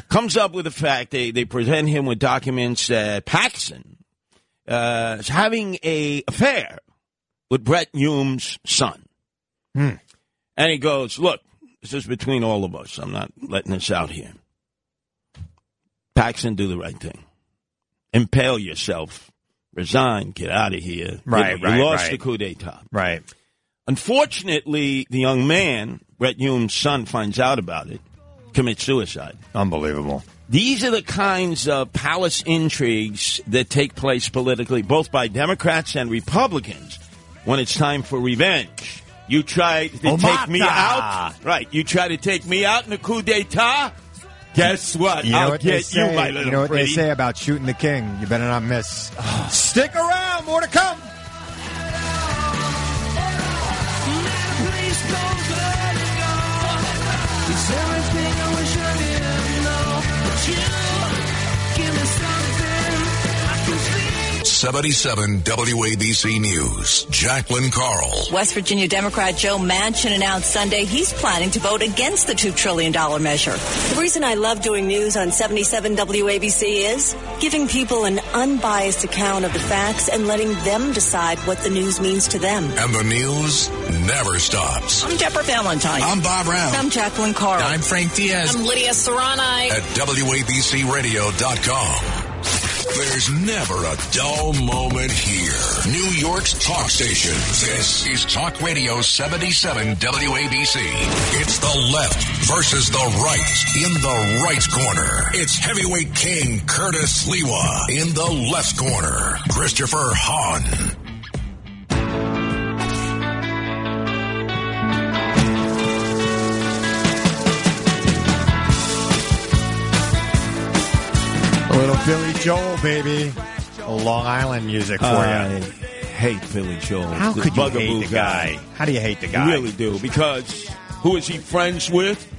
C: Comes up with the fact they, they present him with documents that Paxton uh, is having a affair with Brett Hume's son.
O: Hmm.
C: And he goes, Look, this is between all of us. I'm not letting this out here. Paxton, do the right thing. Impale yourself. Resign. Get out of here. You,
E: Right,
C: know,
E: right,
C: you lost
E: right.
C: the coup d'etat.
E: Right.
C: Unfortunately, the young man, Brett Hume's son, finds out about it, commits suicide.
E: Unbelievable.
C: These are the kinds of palace intrigues that take place politically, both by Democrats and Republicans, when it's time for revenge. You tried to take me
E: Omata.
C: out, right? You try to take me out in a coup d'état. Guess what?
E: You know
C: I'll
E: what they
C: get
E: say.
C: Oh, you, my little
E: you know what
C: pretty.
E: they say about shooting the king. You better not miss. Stick around, more to come.
B: It's everything I wish I didn't know. But you give me something I can feel.
A: 77 WABC News. Jacqueline Carl.
F: West Virginia Democrat Joe Manchin announced Sunday he's planning to vote against the $2 trillion measure.
N: The reason I love doing news on 77 WABC is giving people an unbiased account of the facts and letting them decide what the news means to them.
A: And the news never stops.
F: I'm Deborah Valentine.
A: I'm Bob Brown.
F: I'm Jacqueline Carl.
A: I'm Frank Diaz.
O: I'm Lydia Serrani.
A: At WABCRadio.com. There's never a dull moment here. New York's talk station. This is Talk Radio 77 WABC. It's the left versus the right. In the right corner, it's heavyweight king Curtis Lewa. In the left corner, Christopher Hahn.
E: A little Billy Joel, baby. A Long Island music for
C: I
E: you.
C: Uh, hate Billy Joel.
E: How
C: This
E: could you
C: bugaboo
E: hate the guy? How do you hate the guy?
C: I really do because who is he friends with?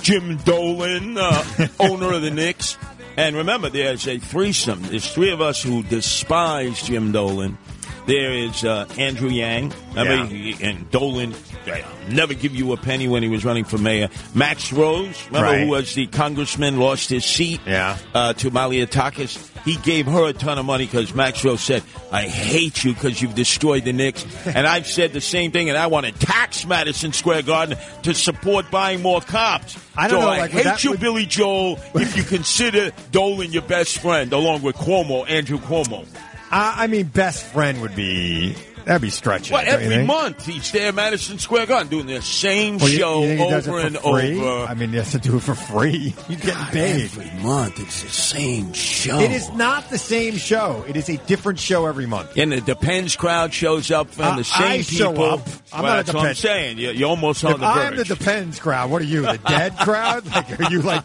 C: Jim Dolan, uh, owner of the Knicks. And remember, there's a threesome. There's three of us who despise Jim Dolan. There is uh, Andrew Yang. I
D: Yeah.
C: mean, he- and Dolan. uh, Never give you a penny when he was running for mayor. Max Rose, remember
D: Right.
C: who was the congressman, lost his seat yeah. uh, to Maliatakis. He gave her a ton of money because Max Rose said, "I hate you because you've destroyed the Knicks." and I've said the same thing, and I want to tax Madison Square Garden to support buying more cops.
E: I don't
C: so
E: know,
C: I
E: like,
C: hate
E: that
C: you, Billy Joel, if you consider Dolan your best friend, along with Cuomo, Andrew Cuomo.
E: I, I mean, best friend would be that'd be stretching.
C: Well,
E: don't you
C: every
E: think?
C: month he's there at Madison Square Garden doing the same
E: Well, you-
C: show
E: you think he does it
C: over
E: for
C: and
E: free?
C: over.
E: I mean, you have to do it for free. You get paid every
C: month. It's the same show.
E: It is not the same show. It is a different show every month.
C: And the Depends crowd shows up, and
E: I-
C: the same
E: I show
C: people.
E: up. I'm
C: well,
E: not a
C: that's what I'm
E: Depends.
C: saying. You're, you're almost on
E: if
C: the
E: I'm
C: verge.
E: the Depends crowd, what are you? The dead crowd? Like, are you like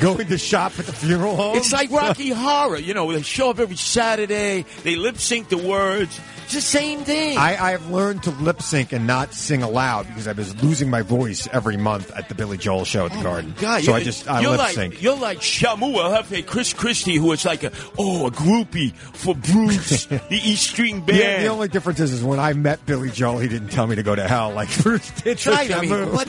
E: going to shop at the funeral home?
C: it's like Rocky Horror. You know, they show up every Saturday. They lip sync the words. It's the same thing.
E: I, I've learned to lip sync and not sing aloud because I was losing my voice every month at the Billy Joel show at the Garden.
C: Oh God,
E: so
C: you-
E: I just I
C: you're
E: lip
C: like,
E: sync.
C: You're like Shamua Hefe, Chris Christie, who is like a oh a groupie for Bruce, the East String Band.
E: Yeah, the only difference is, is when I met Billy Joel, he didn't tell me to go to hell. Like Bruce did.
C: That's right.
E: That
C: I mean,
E: move.
C: what,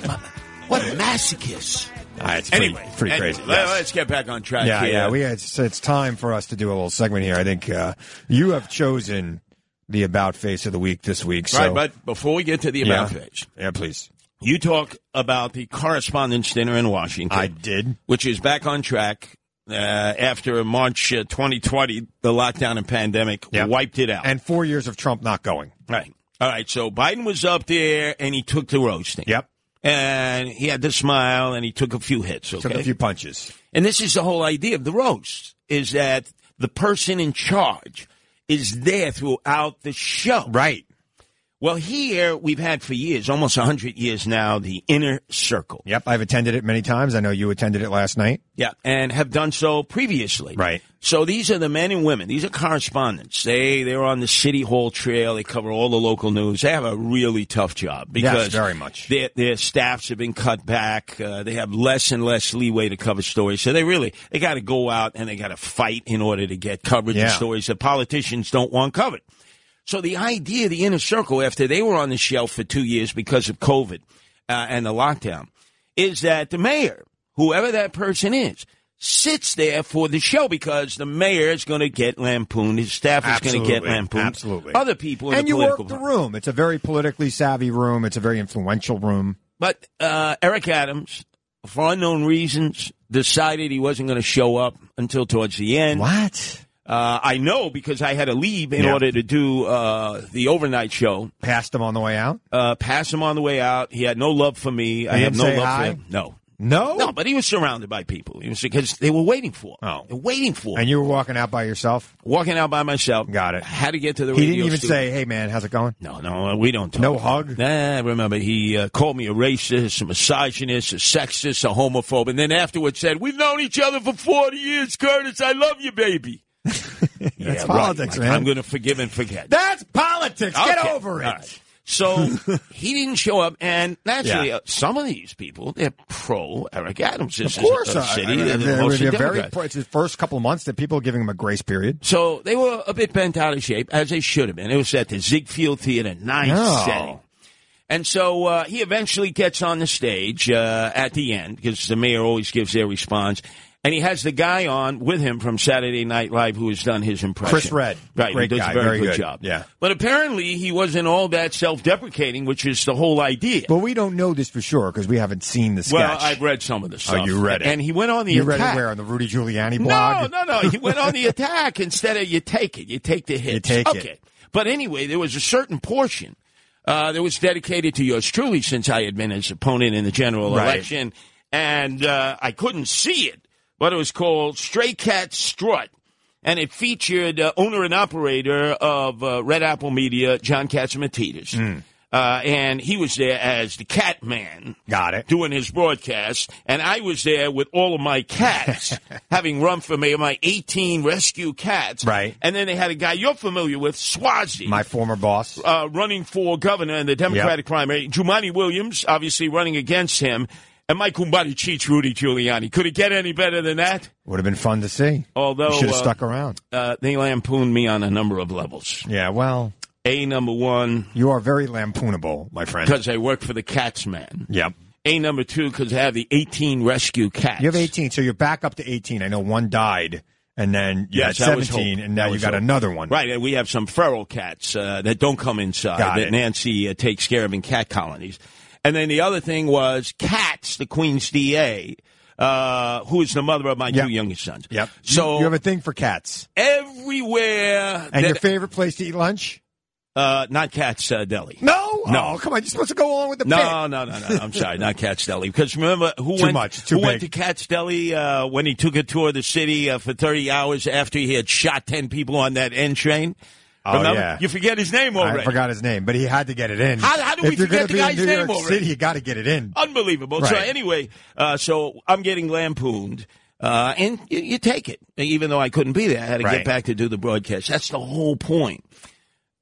C: what masochist.
E: Ah, it's pretty- pretty
C: anyway,
E: crazy,
C: Let,
E: yes.
C: us get back on track
E: yeah,
C: here.
E: yeah. We it's it's time for us to do a little segment here. I think uh, you have chosen the about face of the week this week. So
C: Right, but before we get to the amount
E: Yeah.
C: page.
E: Yeah, please.
C: You talk about the correspondence dinner in Washington. I
E: did.
C: Which is back on track uh, after March uh, 2020, the lockdown and pandemic wiped it out.
E: and four years of Trump not going.
C: Right. All right. So Biden was up there and he took the roasting.
E: Yep.
C: And he had the smile and he took a few hits. Okay?
E: Took a few punches.
C: And this is the whole idea of the roast is that the person in charge is there throughout the show.
E: Right.
C: Well, here we've had for years, almost 100 years now, the inner circle.
E: Yep, I've attended it many times. I know you attended it last night.
C: Yeah, and have done so previously. Right. So these are the men and women. These are correspondents. They they're on the city hall trail. They cover all the local news. They have a really tough job because
E: very much.
C: their their staffs have been cut back. Uh, they have less and less leeway to cover stories. So they really they got to go out and they got to fight in order to get coverage of
D: Yeah.
C: stories that politicians don't want covered. So the idea, the inner circle, after they were on the shelf for two years because of COVID uh, and the lockdown, is that the mayor, whoever that person is, sits there for the show because the mayor is going to get lampooned, his staff is going to get
E: Absolutely.
C: lampooned,
E: Absolutely.
C: other people in
E: and
C: the
E: you
C: political
E: work the room. It's a very politically savvy room. It's a very influential room.
C: But uh, Eric Adams, for unknown reasons, decided he wasn't going to show up until towards the end.
E: What?
C: Uh, I know because I had to leave in
E: Yeah.
C: order to do uh, the overnight show.
E: Passed him on the way out.
C: Uh, pass him on the way out. He had no love for me. I
E: Did
C: had
E: him
C: no
E: say
C: love
E: hi?
C: for him. No.
E: No,
C: no, but he was surrounded by people. He was because they were waiting for. Him. Oh, They're waiting for. Him.
E: And you were walking out by yourself.
C: Walking out by myself.
E: Got it.
C: Had to get to the.
E: He
C: radio
E: didn't even
C: studio.
E: say, "Hey, man, how's it going?"
C: No, no, uh, we don't talk.
E: No hug.
C: Nah, remember he uh, called me a racist, a misogynist, a sexist, a homophobe, and then afterwards said, "We've known each other for forty years, Curtis. I love you, baby." That's
E: politics, man.
C: I'm going to forgive and forget.
E: That's politics. Get
C: Okay.
E: over it.
C: All right. So he didn't show up, and naturally,
E: Yeah.
C: uh, some of these people they're pro Eric Adams. This
E: of course,
C: is
E: uh,
C: a,
E: I- I-
C: city.
E: I-
C: they're the
E: they're-
C: mostly
E: they're very.
C: Democrats.
E: pro- It's the first couple of months that people are giving him a grace period.
C: So they were a bit bent out of shape, as they should have been. It was at the Ziegfeld Theater, nice
E: No.
C: setting. And so uh, he eventually gets on the stage uh, at the end because the mayor always gives their response. And he has the guy on with him from Saturday Night Live who has done his impression.
E: Chris Red,
C: Right,
E: great
C: he does
E: guy,
C: a very,
E: very
C: good,
E: good.
C: job.
E: Yeah.
C: But apparently he wasn't all that self deprecating, which is the whole idea.
E: But we don't know this for sure because we haven't seen the sketch.
C: Well, I've read some of the stuff.
E: Oh, you read it,
C: And he went on the
E: You
C: attack.
E: read it where on the Rudy Giuliani blog?
C: No, no, no. He went on the attack instead of you take it. You take the hits.
E: take it.
C: okay. But anyway, there was a certain portion uh, that was dedicated to yours truly since I had been his opponent in the general
E: Right.
C: election. And uh, I couldn't see it, but it was called Stray Cat Strut. And it featured uh, owner and operator of uh, Red Apple Media, John Katzmatidis.
E: Hmm.
C: Uh, and he was there as the cat man. Got it. Doing his broadcast. And I was there with all of my cats, having run for mayor, my 18 rescue cats. Right. And then they had a guy you're familiar with, Swazi.
E: My former boss.
C: Uh, running for governor in the Democratic primary. Jumani Williams, obviously running against him. And Mike Umbati cheats Rudy Giuliani. Could it get any better than that?
E: Would have been fun to see.
C: Although.
E: should have
C: uh,
E: stuck around.
C: Uh, they lampooned me on a number of levels.
E: Yeah, well,
C: A number one.
E: You are very lampoonable, my friend.
C: Because I work for the Cats Man.
E: Yep.
C: A number two, because I have the 18 rescue cats.
E: You have 18, so you're back up to 18. I know one
D: uh,
E: died, and then you
C: Yes, that
E: had
C: was
E: 17,
C: hope.
E: and now
C: That
E: you
C: was
E: got
C: hope.
E: another one.
C: Right, and we have some feral cats uh, that don't come inside
E: Got
C: that
E: it.
C: Nancy uh, takes care of in cat colonies. And then the other thing was Cats, the Queen's DA, uh, who is the mother of my two youngest sons. Yep. So
E: you have a thing for cats.
C: everywhere.
E: And
C: that-
E: your favorite place to eat lunch?
C: uh, not Cats uh, Deli.
E: No?
C: No.
E: Oh, come on. You're supposed to go along with the pick.
C: No, no, no, no. I'm sorry, not Cat's Deli. Because remember who
E: Too
C: went
E: much, too
C: who went to
E: big.
C: Cat's Deli uh, when he took a tour of the city uh, for 30 hours after he had shot 10 people on that N train.
E: Oh,
C: remember?
E: yeah.
C: You forget his name already.
E: I forgot his name, but he had to get it in.
C: How- how do we
E: if you're
C: forget
E: gonna
C: the
E: be
C: guy's
E: in New
C: name
E: York
C: already? Oh,
E: City, you got to get it in.
C: Unbelievable. So
E: Right.
C: anyway, uh, so I'm getting lampooned. Uh, and you, you take it, even though I couldn't be there. I had to get
E: Right.
C: back to do the broadcast. That's the whole point.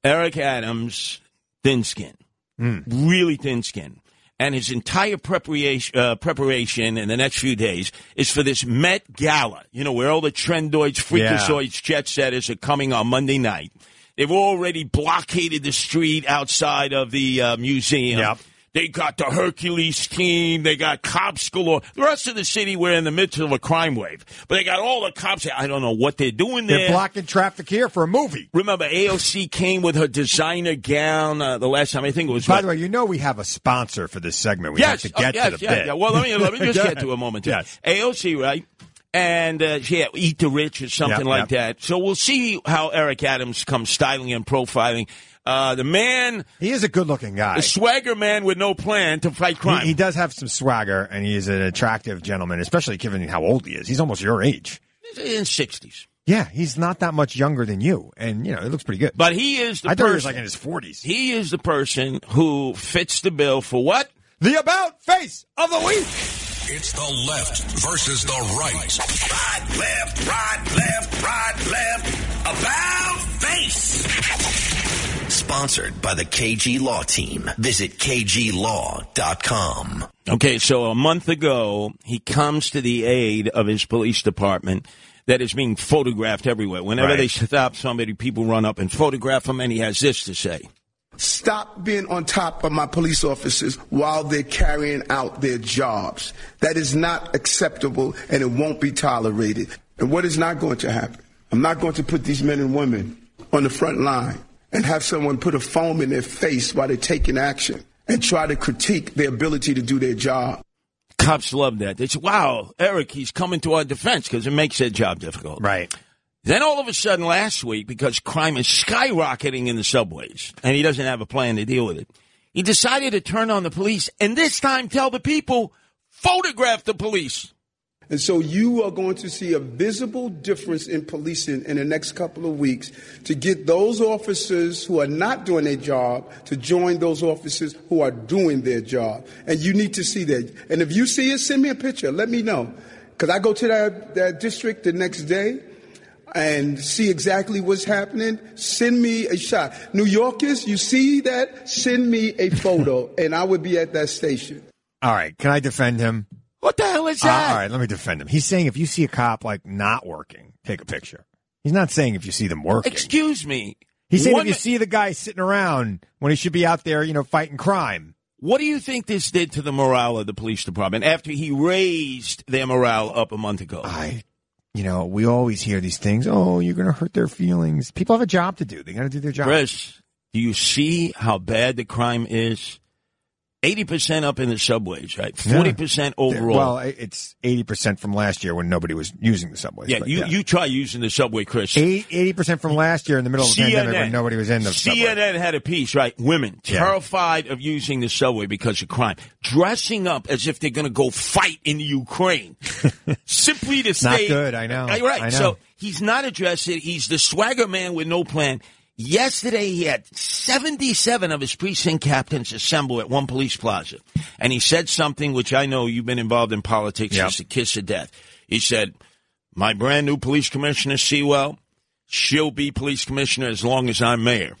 C: Eric Adams, thin skin,
E: Hmm.
C: really thin skin, and his entire preparation uh, preparation in the next few days is for this Met Gala. You know where all the trendoids,
E: Yeah.
C: freakazoids, jet setters are coming on Monday night. They've already blockaded the street outside of the uh, museum. They got the Hercules team. They got cops galore. The rest of the city, we're in the midst of a crime wave. But they got all the cops. I don't know what they're doing there.
E: They're blocking traffic here for a movie.
C: Remember, AOC came with her designer gown uh, the last time. I think it was.
E: By the way, you know we have a sponsor for this segment. We
C: yes,
E: have to
C: oh,
E: get
C: yes,
E: to the
C: yeah,
E: bit.
C: yeah. Well, let me let me just
E: Go
C: get
E: ahead.
C: to a moment.
E: Yes.
C: AOC, right? And uh, yeah, eat the rich or something
E: Yep,
C: like
E: yep.
C: that. So we'll see how Eric Adams comes styling and profiling. Uh, the man,
E: he is a good-looking guy.
C: the swagger man with no plan to fight
E: He,
C: crime.
E: he does have some swagger, and he is an attractive gentleman, especially given how old he is. He's almost your age.
C: He's in sixties.
E: Yeah, he's not that much younger than you, and you know it looks pretty good.
C: But he is the
E: I
C: person.
E: thought he was like in his forties.
C: He is the person who fits the bill for what?
E: The about face of the week.
A: It's the left versus the right. Right, left, right, left, right, left. About face.
O: Sponsored by the KG Law Team. Visit KGLaw.com.
C: Okay, so a month ago, he comes to the aid of his police department that is being photographed everywhere. Whenever
P: Right.
C: they stop somebody, people run up and photograph him, and he has this to say.
P: Stop being on top of my police officers while they're carrying out their jobs. That is not acceptable and it won't be tolerated. And what is not going to happen? I'm not going to put these men and women on the front line and have someone put a foam in their face while they're taking action and try to critique their ability to do their job.
C: Cops love that. They say, wow, Eric, he's coming to our defense because it makes their job difficult.
E: Right.
C: Then all of a sudden last week, because crime is skyrocketing in the subways and he doesn't have a plan to deal with it, he decided to turn on the police and this time tell the people, photograph the police.
P: And so you are going to see a visible difference in policing in the next couple of weeks to get those officers who are not doing their job to join those officers who are doing their job. And you need to see that. And if you see it, send me a picture. Let me know. Because I go to that, that district the next day. and see exactly what's happening, send me a shot. New Yorkers, you see that? Send me a photo, and I would be at that station.
E: All right, can I defend him?
C: What the hell is
E: Uh,
C: that?
E: all right, let me defend him. He's saying if you see a cop like not working, take a picture. He's not saying if you see them working.
C: Excuse me.
E: He's saying
C: One-
E: if you see the guy sitting around when he should be out there, you know, fighting crime.
C: What do you think this did to the morale of the police department after he raised their morale up a month ago?
E: I, You know, we always hear these things. Oh, you're going to hurt their feelings. People have a job to do. They got to do their job.
C: Chris, do you see how bad the crime is? 80% up in the subways, right? 40% overall.
E: Well, i- it's eighty percent from last year when nobody was using the subway.
C: yeah, you, you try using the subway, Chris.
E: eighty percent from last year in the middle of the pandemic when nobody was in the subway.
C: CNN had a piece, right? Women terrified of using the subway because of crime, dressing up as if they're going to go fight in the Ukraine, simply to
E: Not
C: stay.
E: good, I know,
C: Right.
E: I know.
C: So he's not addressing. He's the swagger man with no plan. Yesterday, he had 77 of his precinct captains assemble at one police plaza. And he said something which I know you've been involved in politics
Q: Yep.
C: since the kiss of death. He said, My brand new police commissioner, Sewell, she'll be police commissioner as long as I'm mayor.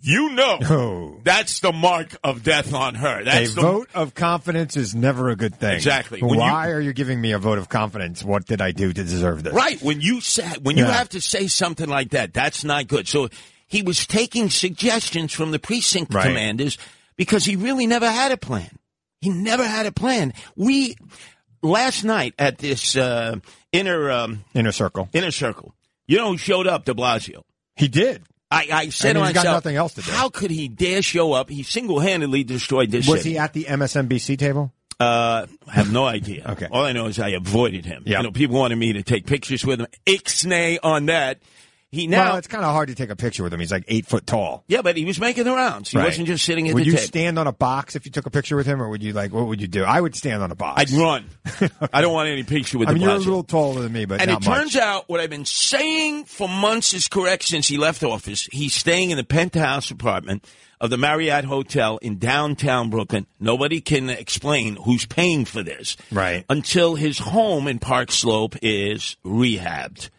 C: You know, that's the mark of death on her. That's
E: a
C: the
E: Oh. vote of confidence is never a good thing.
C: Exactly. When you-
E: Why are you giving me a vote of confidence? What did I do to deserve this?
C: Right. When you said when you
E: Yeah.
C: have to say something like that, that's not good. So he was taking suggestions from the precinct
E: Right.
C: commanders because he really never had a plan. He never had a plan. We last night at this uh, inner um,
E: Inner circle.
C: inner circle. You know who showed up? De Blasio.
E: He did.
C: I, I said
E: And
C: to
E: he's got
C: myself,
E: nothing else to do.
C: How could he dare show up? He single handedly destroyed this.
E: Was
C: city.
E: he at the MSNBC table?
C: Uh, I have no idea. okay. All I know is I avoided him. You know, people wanted me to take pictures with him. Ixnay on that. He now.
E: well, it's kind of hard to take a picture with him. He's like eight foot tall.
C: yeah, but he was making the rounds. He
E: Right.
C: wasn't just sitting at
E: would
C: the
E: you
C: table.
E: stand on a box if you took a picture with him, or would you like what would you do? I would stand on a box.
C: I'd run. I don't want any picture with
E: I
C: the
E: mean, you're a
C: Blasio.
E: little taller than me, but
C: and
E: not
C: it
E: much.
C: turns out what I've been saying for months is correct since he left office. He's staying in the penthouse apartment of the Marriott Hotel in downtown Brooklyn. Nobody can explain who's paying for this. Right. Until his home in Park Slope is rehabbed.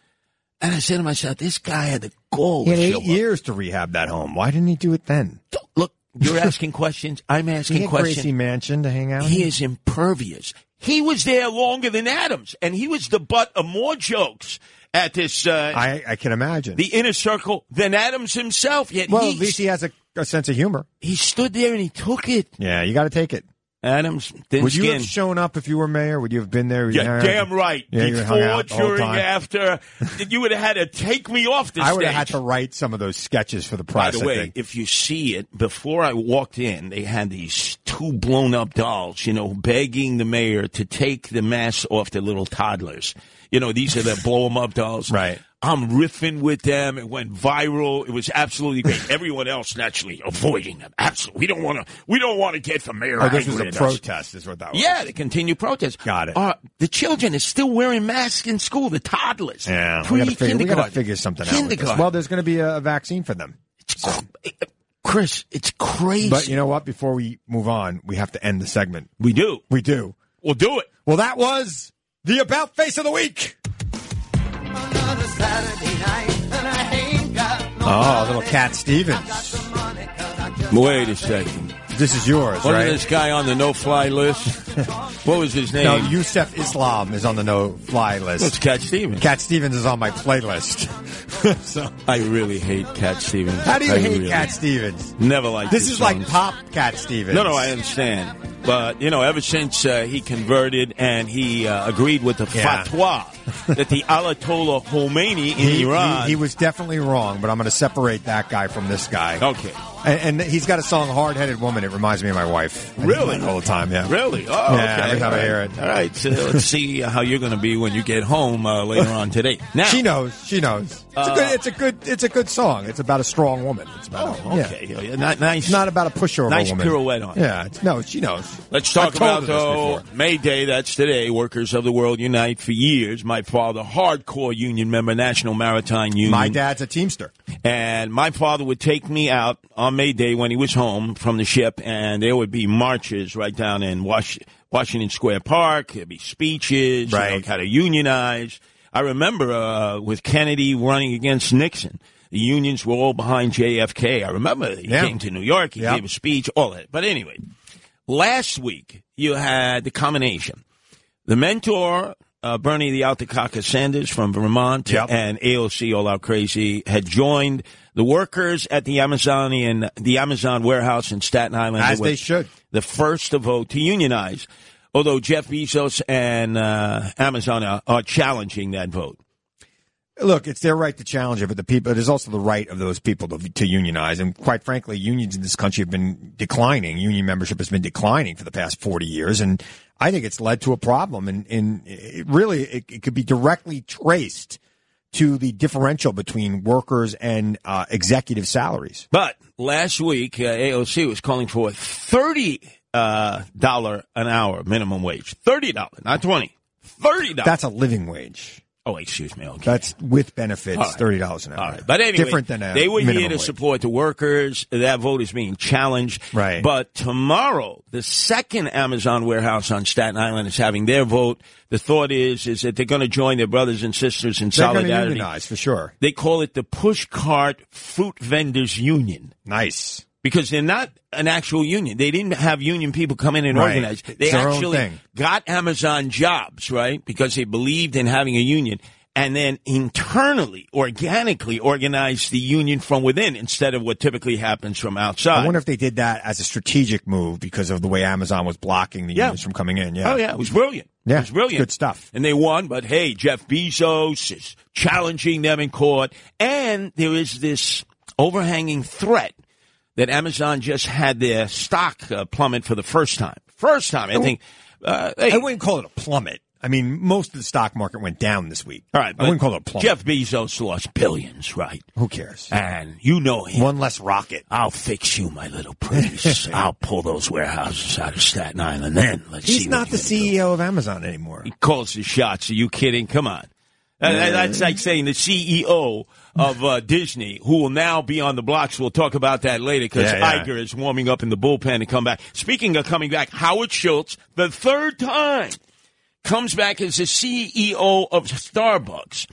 C: And I said to myself, this guy had the goal.
E: He had
C: to
E: eight
C: show up.
E: years to rehab that home. Why didn't he do it then?
C: Look, you're asking questions. I'm asking
E: he had
C: questions.
E: Gracie Mansion to hang out.
C: He
E: in.
C: is impervious. He was there longer than Adams, and he was the butt of more jokes at this uh,
E: I, I can imagine.
C: the inner circle than Adams himself. Yet
E: well,
C: he,
E: at least he has a, a sense of humor.
C: he stood there and he took it.
E: Yeah, you got to take it.
C: Adams, thin
E: would you
C: skin.
E: have shown up if you were mayor? Would you have been there?
C: yeah,
E: Nah.
C: damn right.
E: Yeah, you hung
C: Before,
E: out the whole
C: during,
E: time.
C: after, you would have had to take me off the
E: I would
C: stage.
E: have had to write some of those sketches for the
C: By
E: press.
C: the
E: I
C: way,
E: think.
C: if you see it, before I walked in, they had these two blown up dolls, you know, begging the mayor to take the masks off the little toddlers. You know, these are the blow 'em up dolls. Right. I'm riffing with them. It went viral. It was absolutely great. Everyone else naturally avoiding them. Absolutely. We don't want to, we don't want to get the mayor
E: Oh, this was
C: angry
E: a
C: at us.
E: protest, is what that was.
C: Yeah, they continue protests. Got it. Uh, the children are still wearing masks in school, the toddlers.
E: Yeah, we
C: Pre-
E: got to figure, we gotta
C: kindergarten.
E: figure something out. with this.
C: Kindergarten.
E: Well, there's going to be a, a vaccine for them.
C: Chris, it's crazy.
E: But you know what? Before we move on, we have to end the segment.
C: We do.
E: We do.
C: We'll do it.
E: Well, that was the About Face of the Week. Oh, little Cat Stevens.
C: Wait a second.
E: This is yours,
C: Wasn't
E: right?
C: this guy on the no-fly list? what was his name?
E: No, Yusef Islam is on the no fly list.
C: It's Cat Stevens.
E: Cat Stevens is on my playlist. so,
C: I really hate Cat Stevens.
E: how do you
C: I
E: hate
C: really-
E: Cat Stevens?
C: Never liked
E: This
C: his
E: is like
C: songs.
E: pop Cat Stevens.
C: No, no, I understand. But, you know, ever since uh, he converted and he uh, agreed with the
E: Yeah.
C: fatwa that the Ayatollah Khomeini in
E: He,
C: Iran.
E: he, he was definitely wrong, but I'm going to separate that guy from this guy.
C: Okay.
E: And, and he's got a song, Hard Headed Woman. It reminds me of my wife. I do
C: Really?
E: that All the time, yeah.
C: Really? Oh,
E: yeah,
C: okay.
E: every time I
C: All
E: hear
C: right.
E: it.
C: All right, so let's see how you're going to be when you get home uh, later on today. Now,
E: She knows. She knows. It's,
C: Uh,
E: a good, it's a good. It's a good song. It's about a strong woman. It's about.
C: Oh, okay. Yeah, yeah, not- nice-
E: It's not about a pushover
C: nice
E: woman.
C: pirouette on it.
E: Yeah. It's, no, she knows.
C: Let's talk
E: I told
C: about
E: her this
C: though
E: before.
C: May Day. That's today. Workers of the world unite for years. My father, hardcore union member, National Maritime Union.
E: My dad's a teamster.
C: and my father would take me out on May Day when he was home from the ship, and there would be marches right down in Wash- Washington Square Park. There'd be speeches, right? You know, kind of unionize. I remember uh, with Kennedy running against Nixon, the unions were all behind JFK. I remember he
R: Yeah.
C: came to New York, he
R: Yeah.
C: gave a speech, all that. But anyway, last week you had the combination. The mentor, uh, Bernie the Altacaca Sanders from Vermont and AOC All Out Crazy had joined the workers at the Amazonian, the Amazon warehouse in Staten Island.
E: As
C: It was
E: they should.
C: The first to vote to unionize. Although Jeff Bezos and uh, Amazon are, are challenging that vote.
E: Look, it's their right to challenge it, but the people, it is also the right of those people to, to unionize. And quite frankly, unions in this country have been declining. Union membership has been declining for the past 40 years. And I think it's led to a problem. And, and it really, it, it could be directly traced to the differential between workers and uh, executive salaries.
C: But last week, uh, AOC was calling for a thirty uh, dollar an hour minimum wage. Thirty dollar, not twenty. Thirty dollars.
E: That's a living wage.
C: Oh, excuse me. Okay.
E: That's with benefits,
C: All right.
E: $30 an hour.
C: All right. But anyway,
E: different than a
C: they were
E: minimum
C: here to
E: wage.
C: support the workers. That vote is being challenged. Right. But tomorrow, the second Amazon warehouse on Staten Island is having their vote. The thought is is that they're going to join their brothers and sisters in
E: They're gonna
C: solidarity.
E: unionize, for sure.
C: They call it the Push Cart Fruit Vendors Union.
E: Nice.
C: Because they're not an actual union. They didn't have union people come in and
E: Right.
C: organize.
E: It's
C: They
E: their own
C: actually
E: thing.
C: got Amazon jobs, right? Because they believed in having a union and then internally, organically organized the union from within instead of what typically happens from outside.
E: I wonder if they did that as a strategic move because of the way Amazon was blocking the unions from coming in. Yeah.
C: Oh, yeah. It was brilliant.
E: Yeah,
C: It was brilliant.
E: good stuff.
C: And they won, but hey, Jeff Bezos is challenging them in court. And there is this overhanging threat that Amazon just had their stock uh, plummet for the first time. First time. I
E: Oh.
C: think. Uh, I
E: wouldn't call it a plummet. I mean, most of the stock market went down this week.
C: All right.
E: I wouldn't call it a plummet.
C: Jeff Bezos lost billions, right?
E: Who cares?
C: And you know him.
E: One less rocket.
C: I'll fix you, my little prince. I'll pull those warehouses out of Staten Island. Then let's see.
E: He's
C: what
E: not the CEO of Amazon anymore.
C: He calls his shots. Are you kidding? Come on. That- that- that's like saying the CEO of uh, Disney, who will now be on the blocks. We'll talk about that later because
R: Yeah, yeah.
C: Iger is warming up in the bullpen to come back. Speaking of coming back, Howard Schultz, the third time, comes back as the CEO of Starbucks.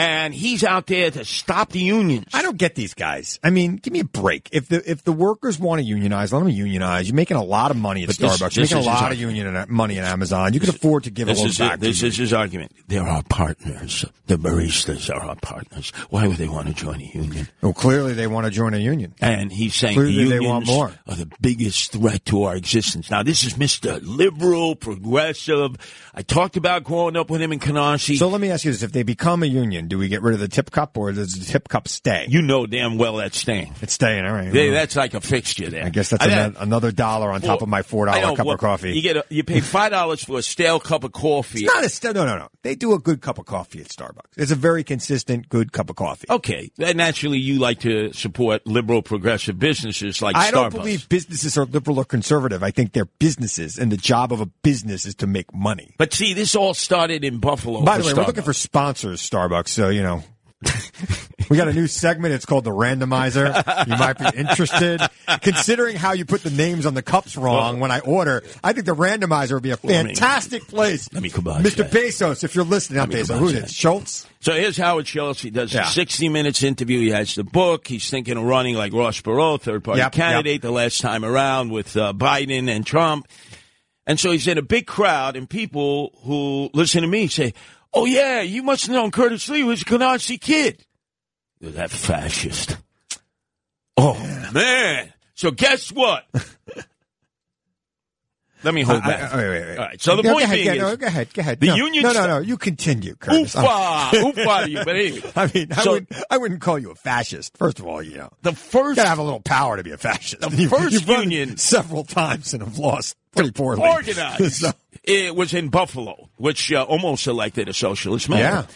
C: And he's out there to stop the unions.
E: I don't get these guys. I mean, give me a break. If the if the workers want to unionize, let them unionize. You're making a lot of money at
C: But this-
E: Starbucks. You're
C: this
E: making a
C: is
E: lot
C: his-
E: of union uh, money at Amazon. You can afford to give a
C: this
E: little
C: is
E: back. to
C: this is his argument. They're our partners. The baristas are our partners. Why would they want to join a union?
E: Well, clearly they want to join a union.
C: And he's saying
E: Clearly
C: the unions
E: they want more.
C: are the biggest threat to our existence. Now, this is Mr. Liberal, progressive. I talked about growing up with him in Canarsie.
E: So let me ask you this: If they become a union, do we get rid of the tip cup, or does the tip cup stay?
C: You know damn well that's staying.
E: It's staying. All right.
C: They- that's like a fixture there.
E: Mm-hmm. I guess that's ano- another dollar on top of my four dollar cup of coffee.
C: You get a, you pay five dollars for a stale cup of coffee.
E: It's not a st- no, no, no. They do a good cup of coffee at Starbucks. It's a very consistent good cup of coffee.
C: okay. And naturally, you like to support liberal, progressive businesses like
E: I
C: Starbucks.
E: don't believe businesses are liberal or conservative. I think they're businesses, and the job of a business is to make money.
C: But see, this all started in Buffalo.
E: By
C: Oh,
E: the
C: for
E: way,
C: Starbucks.
E: we're looking for sponsors, Starbucks. So you know, we got a new segment. It's called the Randomizer. You might be interested, considering how you put the names on the cups wrong when I order. I think the Randomizer would be a
C: Well, I mean-
E: fantastic place.
C: Let me come back.
E: Mr. Bezos, if you're listening, not
C: Let me
E: Bezos.
C: come
E: Who's
C: back.
E: it? Schultz.
C: So here's Howard Schultz. He does
E: Yeah.
C: a 60 minutes interview. He has the book. He's thinking of running like Ross Perot, third party
E: Yep,
C: candidate, the last time around with uh, Biden and Trump. And so he's in a big crowd, and people who listen to me say, Oh, yeah, you must have known Curtis Lee was a Canarsie kid. You're that fascist. Oh, man. So guess what? Let me hold
E: I- I-
C: back.
E: wait, wait, wait.
C: All right. So the
E: Go
C: point
E: ahead,
C: being
E: yeah,
C: is,
E: no, go ahead, go ahead.
C: The
E: no,
C: union
E: No, no,
C: sta-
E: no. You continue, Curtis. I'm-
C: Oofah, oofah to ah, you, but anyway.
E: I mean, I,
C: So-
E: wouldn't, I wouldn't call you a fascist. First of all, you know,
C: the first
E: gotta have a little power to be a fascist.
C: The
E: You've-
C: first
E: you've run
C: union-
E: several times and have lost pretty poorly.
C: organized.
E: So-
C: It was in Buffalo, which uh, almost elected a socialist mayor.
E: Yeah.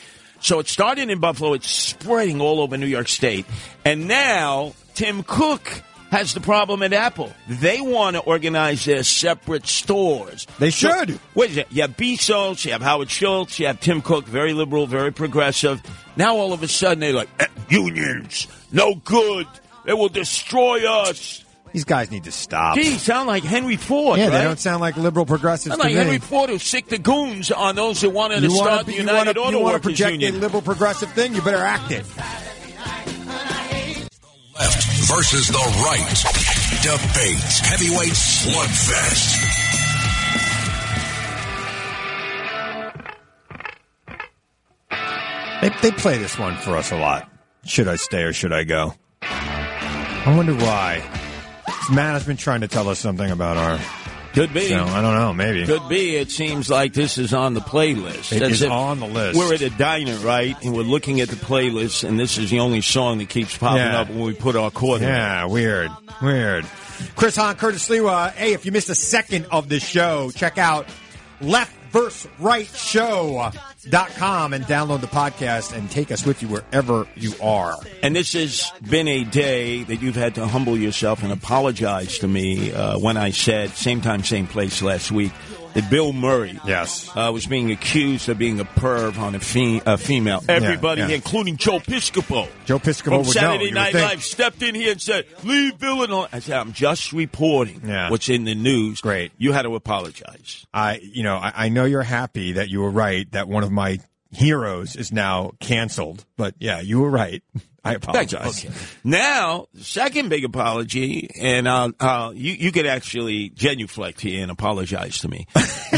C: So it started in Buffalo. It's spreading all over New York State, and now Tim Cook has the problem at Apple. They want to organize their separate stores.
E: They
C: So-
E: should.
C: Wait a second. You have Bezos, you have Howard Schultz, you have Tim Cook, very liberal, very progressive. Now all of a sudden they're like, "Eh, unions, no good. They will destroy us.
E: These guys need to stop.
C: Gee, sound like Henry Ford.
E: yeah,
C: right?
E: they don't sound like liberal progressives
C: Sound
E: to
C: like
E: me.
C: Henry Ford who sick the goons on those who wanted to
E: you
C: start
E: want
C: the
E: to you
C: United
E: want
C: Auto
E: to
C: Workers
E: project
C: Union.
E: a liberal progressive thing? You better act it.
A: Left versus the right. Debate. Heavyweight slugfest.
E: They, they play this one for us a lot. Should I stay or should I go? I wonder why. Is management trying to tell us something about our?
C: Could be.
E: So, I don't know. Maybe.
C: Could be. It seems like this is on the playlist.
E: It
C: As
E: is
C: if
E: on the list.
C: We're at a diner, right? And we're looking at the playlist, and this is the only song that keeps popping
E: Yeah.
C: up when we put our quarter. in.
E: Yeah, weird. Weird. Chris Hahn, Curtis Lewa. Hey, if you missed a second of the show, check out left verse right show.com and download the podcast and take us with you wherever you are.
C: And this has been a day that you've had to humble yourself and apologize to me uh, when I said, same time, same place last week, that Bill Murray
E: yes.
C: uh, was being accused of being a perv on a, fe- a female.
E: Yeah,
C: Everybody,
E: yeah.
C: including Joe Piscopo.
E: Joe Piscopo
C: from
E: would know,
C: Saturday
E: you would
C: Night
E: think.
C: Live stepped in here and said, "Leave Bill alone." I said, "I'm just reporting
E: Yeah.
C: what's in the news."
E: Great.
C: You had to apologize.
E: I, you know, I, I know you're happy that you were right that one of my heroes is now canceled, but yeah, you were right. I
C: Thank you.
E: apologize.
C: Okay. Now, the second big apology, and I'll, I'll, you, you could actually genuflect here and apologize to me.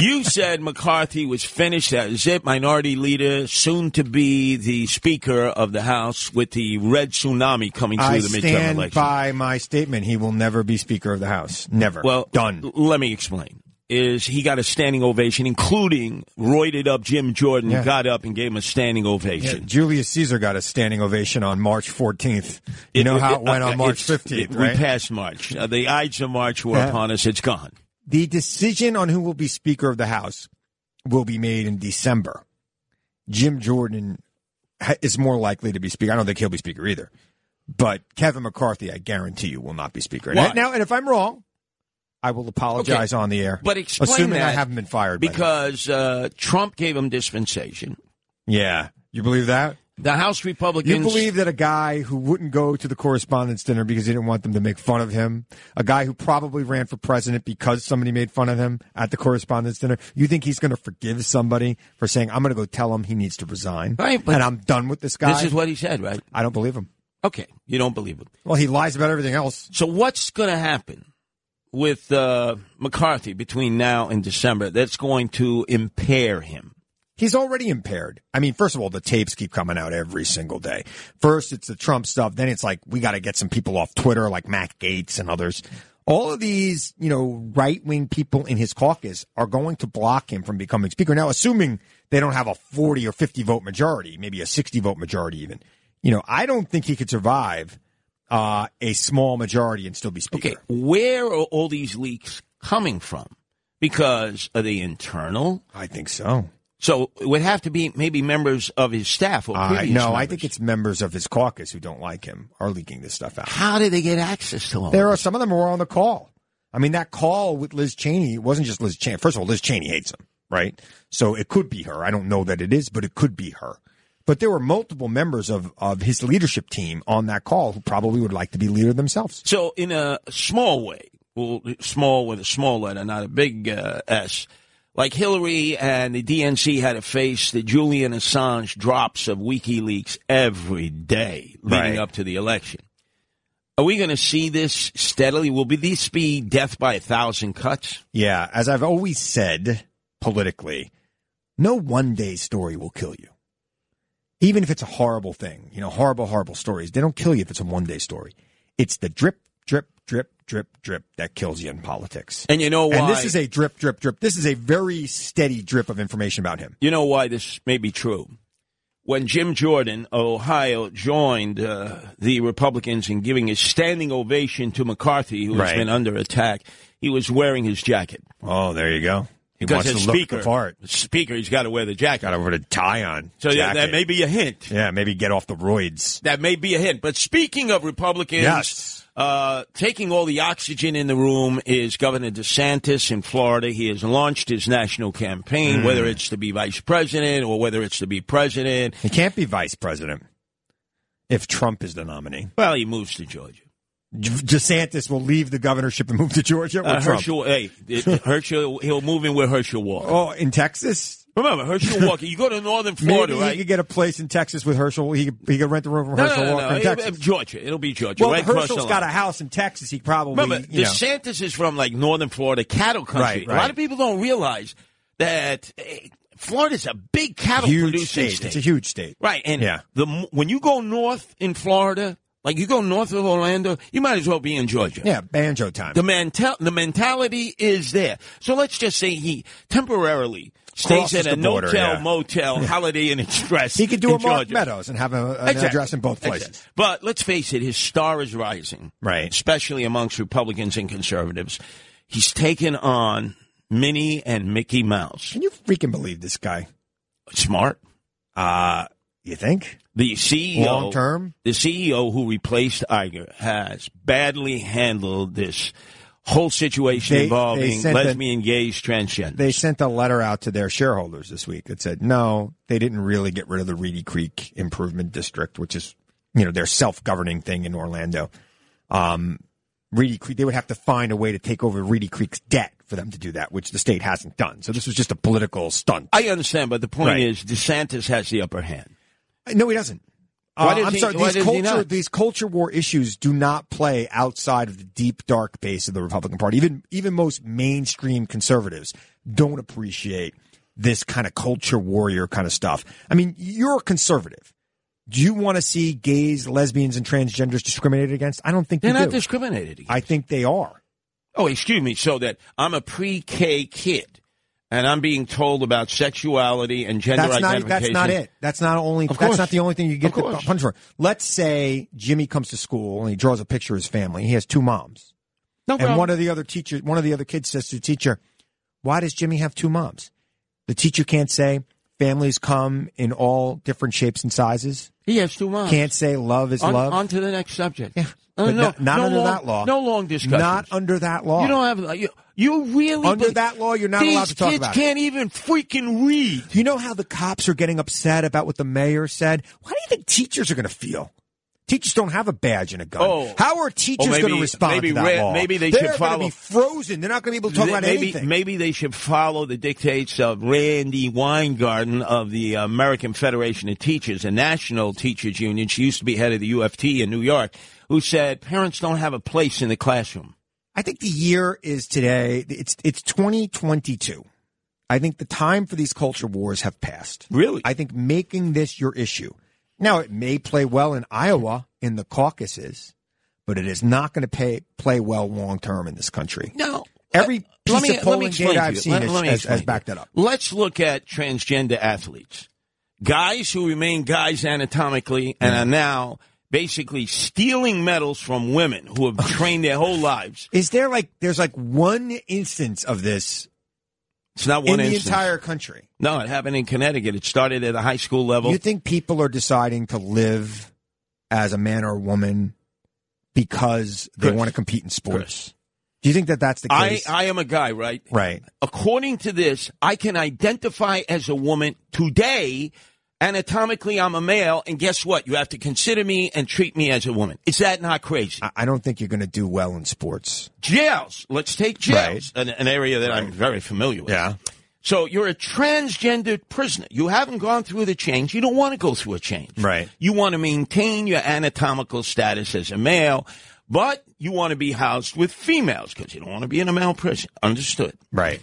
C: you said McCarthy was finished as it, minority leader, soon to be the Speaker of the House with the red tsunami coming through
E: I
C: the midterm
E: stand
C: election.
E: by my statement. He will never be Speaker of the House. Never.
C: Well,
E: done.
C: l- Let me explain. Is he got a standing ovation, including roided up Jim Jordan,
E: Yeah.
C: got up and gave him a standing ovation.
E: Yeah, Julius Caesar got a standing ovation on March 14th. You know how it went
C: uh,
E: on March
C: it's-
E: 15th,
C: it-
E: right?
C: We passed March. Uh, the Ides of March were
E: Yeah.
C: upon us. It's gone.
E: the decision on who will be Speaker of the House will be made in December. Jim Jordan ha- is more likely to be Speaker. I don't think he'll be Speaker either. But Kevin McCarthy, I guarantee you, will not be Speaker. And
C: Why?
E: Now, and if I'm wrong, I will apologize
C: Okay.
E: on the air.
C: But explain
E: assuming I
C: that
E: haven't been fired by then.
C: because uh, Trump gave him dispensation.
E: yeah, you believe that?
C: The House Republicans.
E: You believe that a guy who wouldn't go to the correspondence dinner because he didn't want them to make fun of him, a guy who probably ran for president because somebody made fun of him at the correspondence dinner, you think he's going to forgive somebody for saying, I'm going to go tell him he needs to resign?
C: Right, but-
E: and I'm done with this guy?
C: This is what he said, right?
E: I don't believe him.
C: Okay, you don't believe him.
E: Well, he lies about everything else.
C: So what's going to happen with uh, McCarthy between now and December? That's going to impair him.
E: He's already impaired. I mean, first of all, the tapes keep coming out every single day. First, it's the Trump stuff. Then it's like, we got to get some people off Twitter, like Matt Gates and others. All of these, you know, right wing people in his caucus are going to block him from becoming speaker. Now, assuming they don't have a 40 or 50 vote majority, maybe a 60 vote majority even, you know, I don't think he could survive uh, a small majority and still be speaker.
C: Okay, where are all these leaks coming from? Because are they internal?
E: I think so.
C: So it would have to be maybe members of his staff or
E: Uh,
C: previous
E: no, I
C: members.
E: think it's members of his caucus who don't like him are leaking this stuff out.
C: How did they get access to all
E: There are some of them who are on the call. I mean, that call with Liz Cheney it wasn't just Liz Cheney. First of all, Liz Cheney hates him, right? So it could be her. I don't know that it is, but it could be her. But there were multiple members of, of his leadership team on that call who probably would like to be leader themselves.
C: So, in a small way, well, small with a small letter, not a big uh, S, like Hillary and the DNC had to face the Julian Assange drops of WikiLeaks every day leading
E: Right.
C: up to the election. Are we going to see this steadily? Will be this be death by a thousand cuts?
E: Yeah, as I've always said politically, no one day story will kill you. Even if it's a horrible thing, you know, horrible, horrible stories, they don't kill you if it's a one day story. It's the drip, drip, drip, drip, drip that kills you in politics.
C: And you know why?
E: And this is a drip, drip, drip. This is a very steady drip of information about him.
C: You know why this may be true? When Jim Jordan, of Ohio, joined uh, the Republicans in giving a standing ovation to McCarthy, who
E: Right.
C: has been under attack, he was wearing his jacket.
E: Oh, there you go. He
C: Because
E: wants
C: as
E: to look
C: speaker-
E: the part.
C: Speaker, he's got to wear the jacket.
E: Got to wear a tie on.
C: So yeah, that
E: jacket.
C: may be a hint.
E: Yeah, maybe get off the roids.
C: That may be a hint. But speaking of Republicans,
E: Yes.
C: uh, taking all the oxygen in the room is Governor DeSantis in Florida. He has launched his national campaign,
E: Mm.
C: whether it's to be vice president or whether it's to be president.
E: He can't be vice president if Trump is the nominee.
C: Well, he moves to Georgia.
E: DeSantis will leave the governorship and move to Georgia. or
C: Uh,
E: Trump?
C: Herschel, hey, it- Herschel, he'll move in with Herschel Walker.
E: Oh, in Texas?
C: Remember, Herschel Walker, you go to northern Florida,
E: Maybe
C: right?
E: he could get a place in Texas with Herschel. He could, he could rent the room from
C: no,
E: Herschel
C: no, no,
E: Walker
C: no.
E: in
C: It'll-
E: Texas.
C: it'll be Georgia. It'll be Georgia.
E: Well,
C: right across
E: Herschel's
C: the
E: got a
C: line.
E: house in Texas. He probably
C: Remember,
E: you know.
C: DeSantis is from like northern Florida, cattle country.
E: Right,
C: A
E: right.
C: lot of people don't realize that eh, Florida's a big cattle
E: Huge
C: producing
E: state. It's a huge state.
C: Right, and
E: Yeah.
C: the m- when you go north in Florida, like you go north of Orlando, you might as well be in Georgia.
E: Yeah, banjo time.
C: The mental the mentality is there. So let's just say he temporarily stays
E: Crosses
C: at a
E: the border,
C: no-tell
E: yeah.
C: motel, Holiday Inn Express.
E: He could do
C: in
E: a Mark
C: Georgia.
E: Meadows and have a, an
C: Exactly.
E: address in both places.
C: Exactly. But let's face it, his star is rising, right? Especially amongst Republicans and conservatives. He's taken on Minnie and Mickey Mouse. Can
E: you freaking believe this guy?
C: Smart.
E: Uh you think
C: the CEO
E: Long term?
C: The CEO who replaced Iger has badly handled this whole situation
E: They- they
C: involving
E: sent a-
C: lesbian, gays, transgender.
E: They sent a letter out to their shareholders this week that said no, they didn't really get rid of the Reedy Creek Improvement District, which is you know their self-governing thing in Orlando. Um, Reedy Creek, they would have to find a way to take over Reedy Creek's debt for them to do that, which the state hasn't done. So this was just a political stunt.
C: I understand, but the point
E: Right.
C: is, DeSantis has the upper hand.
E: Uh, No, he doesn't.
C: Why
E: Uh,
C: does
E: I'm
C: he-
E: sorry.
C: why
E: These
C: does he
E: culture,
C: not?
E: these culture war issues do not play outside of the deep, dark base of the Republican Party. Even even most mainstream conservatives don't appreciate this kind of culture warrior kind of stuff. I mean, you're a conservative. Do you want to see gays, lesbians, and transgenders discriminated against? I don't think
C: They're
E: you
C: not
E: do.
C: discriminated against.
E: I think they are.
C: Oh, excuse me. So that I'm a pre-K kid, and I'm being told about sexuality and gender
E: that's not,
C: identification.
E: that's not it. That's not only.
C: Of
E: that's
C: course.
E: not the only thing you get
C: Of
E: to
C: course.
E: punch for. Let's say Jimmy comes to school and he draws a picture of his family. He has two moms.
C: No
E: and
C: problem.
E: one of the other teachers, one of the other kids says to the teacher, "Why does Jimmy have two moms?" The teacher can't say families come in all different shapes and sizes.
C: He has two moms.
E: Can't say love is
C: Uh, on,
E: love.
C: on to the next subject. No,
E: But
C: no,
E: not, not
C: no
E: under
C: long-
E: that law.
C: No long discussion.
E: Not under that law.
C: You don't have like, you, you really
E: Under
C: believe-
E: that law, you're not
C: These
E: allowed to talk
C: kids
E: about it.
C: Can't even freaking read.
E: You know how the cops are getting upset about what the mayor said? Why do you think teachers are going to feel? Teachers don't have a badge and a gun.
C: Oh.
E: how are teachers
C: Oh, maybe-
E: going to respond
C: maybe
E: to that
C: re-
E: law?
C: maybe they
E: They're
C: should
E: gonna
C: follow-
E: be frozen. They're not going to be able to talk
C: Th-
E: about
C: maybe,
E: anything.
C: Maybe they should follow the dictates of Randy Weingarten of the American Federation of Teachers, a national teachers union. She used to be head of the UFT in New York, who said parents don't have a place in the classroom.
E: I think the year is today. It's it's 2022. I think the time for these culture wars have passed.
C: Really?
E: I think making this your issue. Now it may play well in Iowa in the caucuses, but it is not going to pay play well long term in this country.
C: No. Uh,
E: Every piece
C: Let me,
E: of
C: let me
E: polling
C: explain
E: data
C: to
E: I've
C: you.
E: seen
C: Let-
E: has,
C: let me
E: has-
C: explain
E: has
C: to
E: backed
C: you.
E: that up.
C: Let's look at transgender athletes. Guys who remain guys anatomically and are now basically stealing medals from women who have trained their whole lives.
E: Is there like there's like one instance of this
C: It's not one
E: in
C: instance.
E: the entire country?
C: No, it happened in Connecticut. It started at a high school level.
E: You think people are deciding to live as a man or a woman because they
C: Chris.
E: want to compete in sports? Do you think that that's the
C: I,
E: case?
C: I am a guy, right?
E: right.
C: According to this, I can identify as a woman today. Anatomically, I'm a male, and guess what? You have to consider me and treat me as a woman. Is that not crazy?
E: I, I don't think you're going to do well in sports.
C: Jails. Let's take jails, an, an area that I'm very familiar with. Yeah. So you're a transgendered prisoner. You haven't gone through the change. You don't want to go through a change.
E: Right.
C: You want to maintain your anatomical status as a male, but you want to be housed with females because you don't want to be in a male prison. Understood.
E: Right.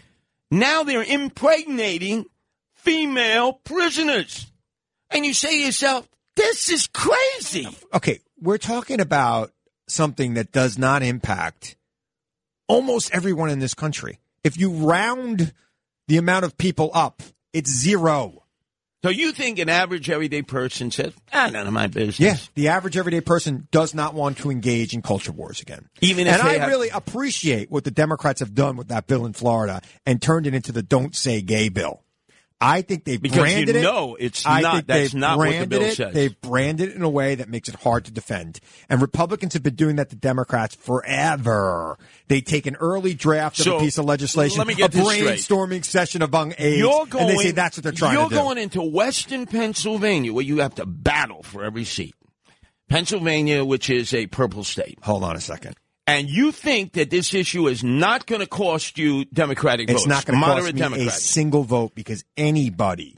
C: Now they're impregnating female prisoners. And you say to yourself, this is crazy.
E: Okay, we're talking about something that does not impact almost everyone in this country. If you round the amount of people up, it's zero.
C: So you think an average everyday person says, ah, none of my business.
E: Yeah, the average everyday person does not want to engage in culture wars again.
C: Even if
E: and
C: they
E: I
C: have-
E: really appreciate what the Democrats have done with that bill in Florida and turned it into the "Don't Say Gay" bill. I think they
C: Because you
E: branded it.
C: know it's
E: I
C: not-
E: think
C: that's
E: they've
C: not what the
E: branded
C: bill
E: it.
C: says.
E: They've branded it in a way that makes it hard to defend. And Republicans have been doing that to Democrats forever. They take an early draft
C: So,
E: of a piece of legislation,
C: let me get
E: a
C: this straight.
E: brainstorming session among aides,
C: You're going,
E: and they say that's what they're trying
C: you're
E: to do.
C: going into Western Pennsylvania where you have to battle for every seat. Pennsylvania, which is a purple state.
E: Hold on a second.
C: And you think that this issue is not going to cost you Democratic
E: It's
C: votes?
E: not going to cost
C: moderate
E: me a
C: Democrats.
E: single vote because anybody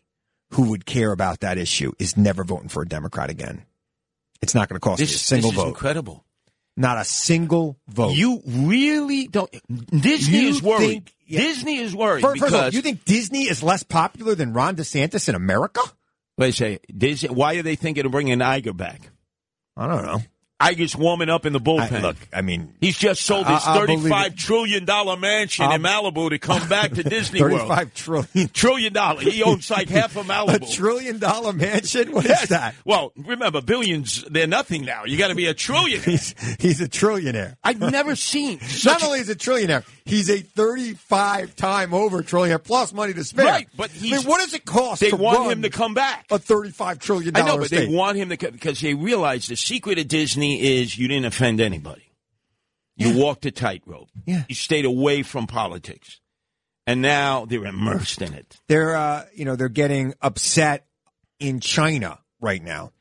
E: who would care about that issue is never voting for a Democrat again. It's not going to cost
C: This,
E: me a single
C: this is
E: vote.
C: incredible.
E: Not a single vote.
C: You really don't. Disney
E: You
C: is worried.
E: think- yeah.
C: Disney is worried
E: Fir- First,
C: because
E: of all, you think Disney is less popular than Ron DeSantis in America?
C: Wait a second. Disney, why are they thinking of bringing Iger back?
E: I don't know.
C: Iger's warming up in the bullpen.
E: I- look, I mean,
C: he's just sold his
E: I- I believe
C: thirty-five trillion dollar mansion in Malibu to come back to Disney World.
E: Thirty-five trillion
C: Trillion dollar. He owns like half of
E: a
C: Malibu.
E: trillion dollar mansion. What is
C: Yes.
E: that?
C: Well, remember, billions—they're nothing now. You got to be a trillionaire.
E: He's he's a trillionaire.
C: I've never seen. such
E: Not
C: a-
E: only is he a trillionaire, he's a 35 time over trillionaire plus money to spend.
C: Right, but
E: I
C: he's-
E: mean, what does it cost?
C: They
E: to
C: want
E: run
C: him to come back.
E: A 35 trillion
C: I
E: dollar
C: know, but
E: state.
C: they want him to come because they realize the secret of Disney is you didn't offend anybody. You walked a tightrope.
E: Yeah.
C: You stayed away from politics. And now they're immersed in it.
E: they're uh, you know they're getting upset in China right now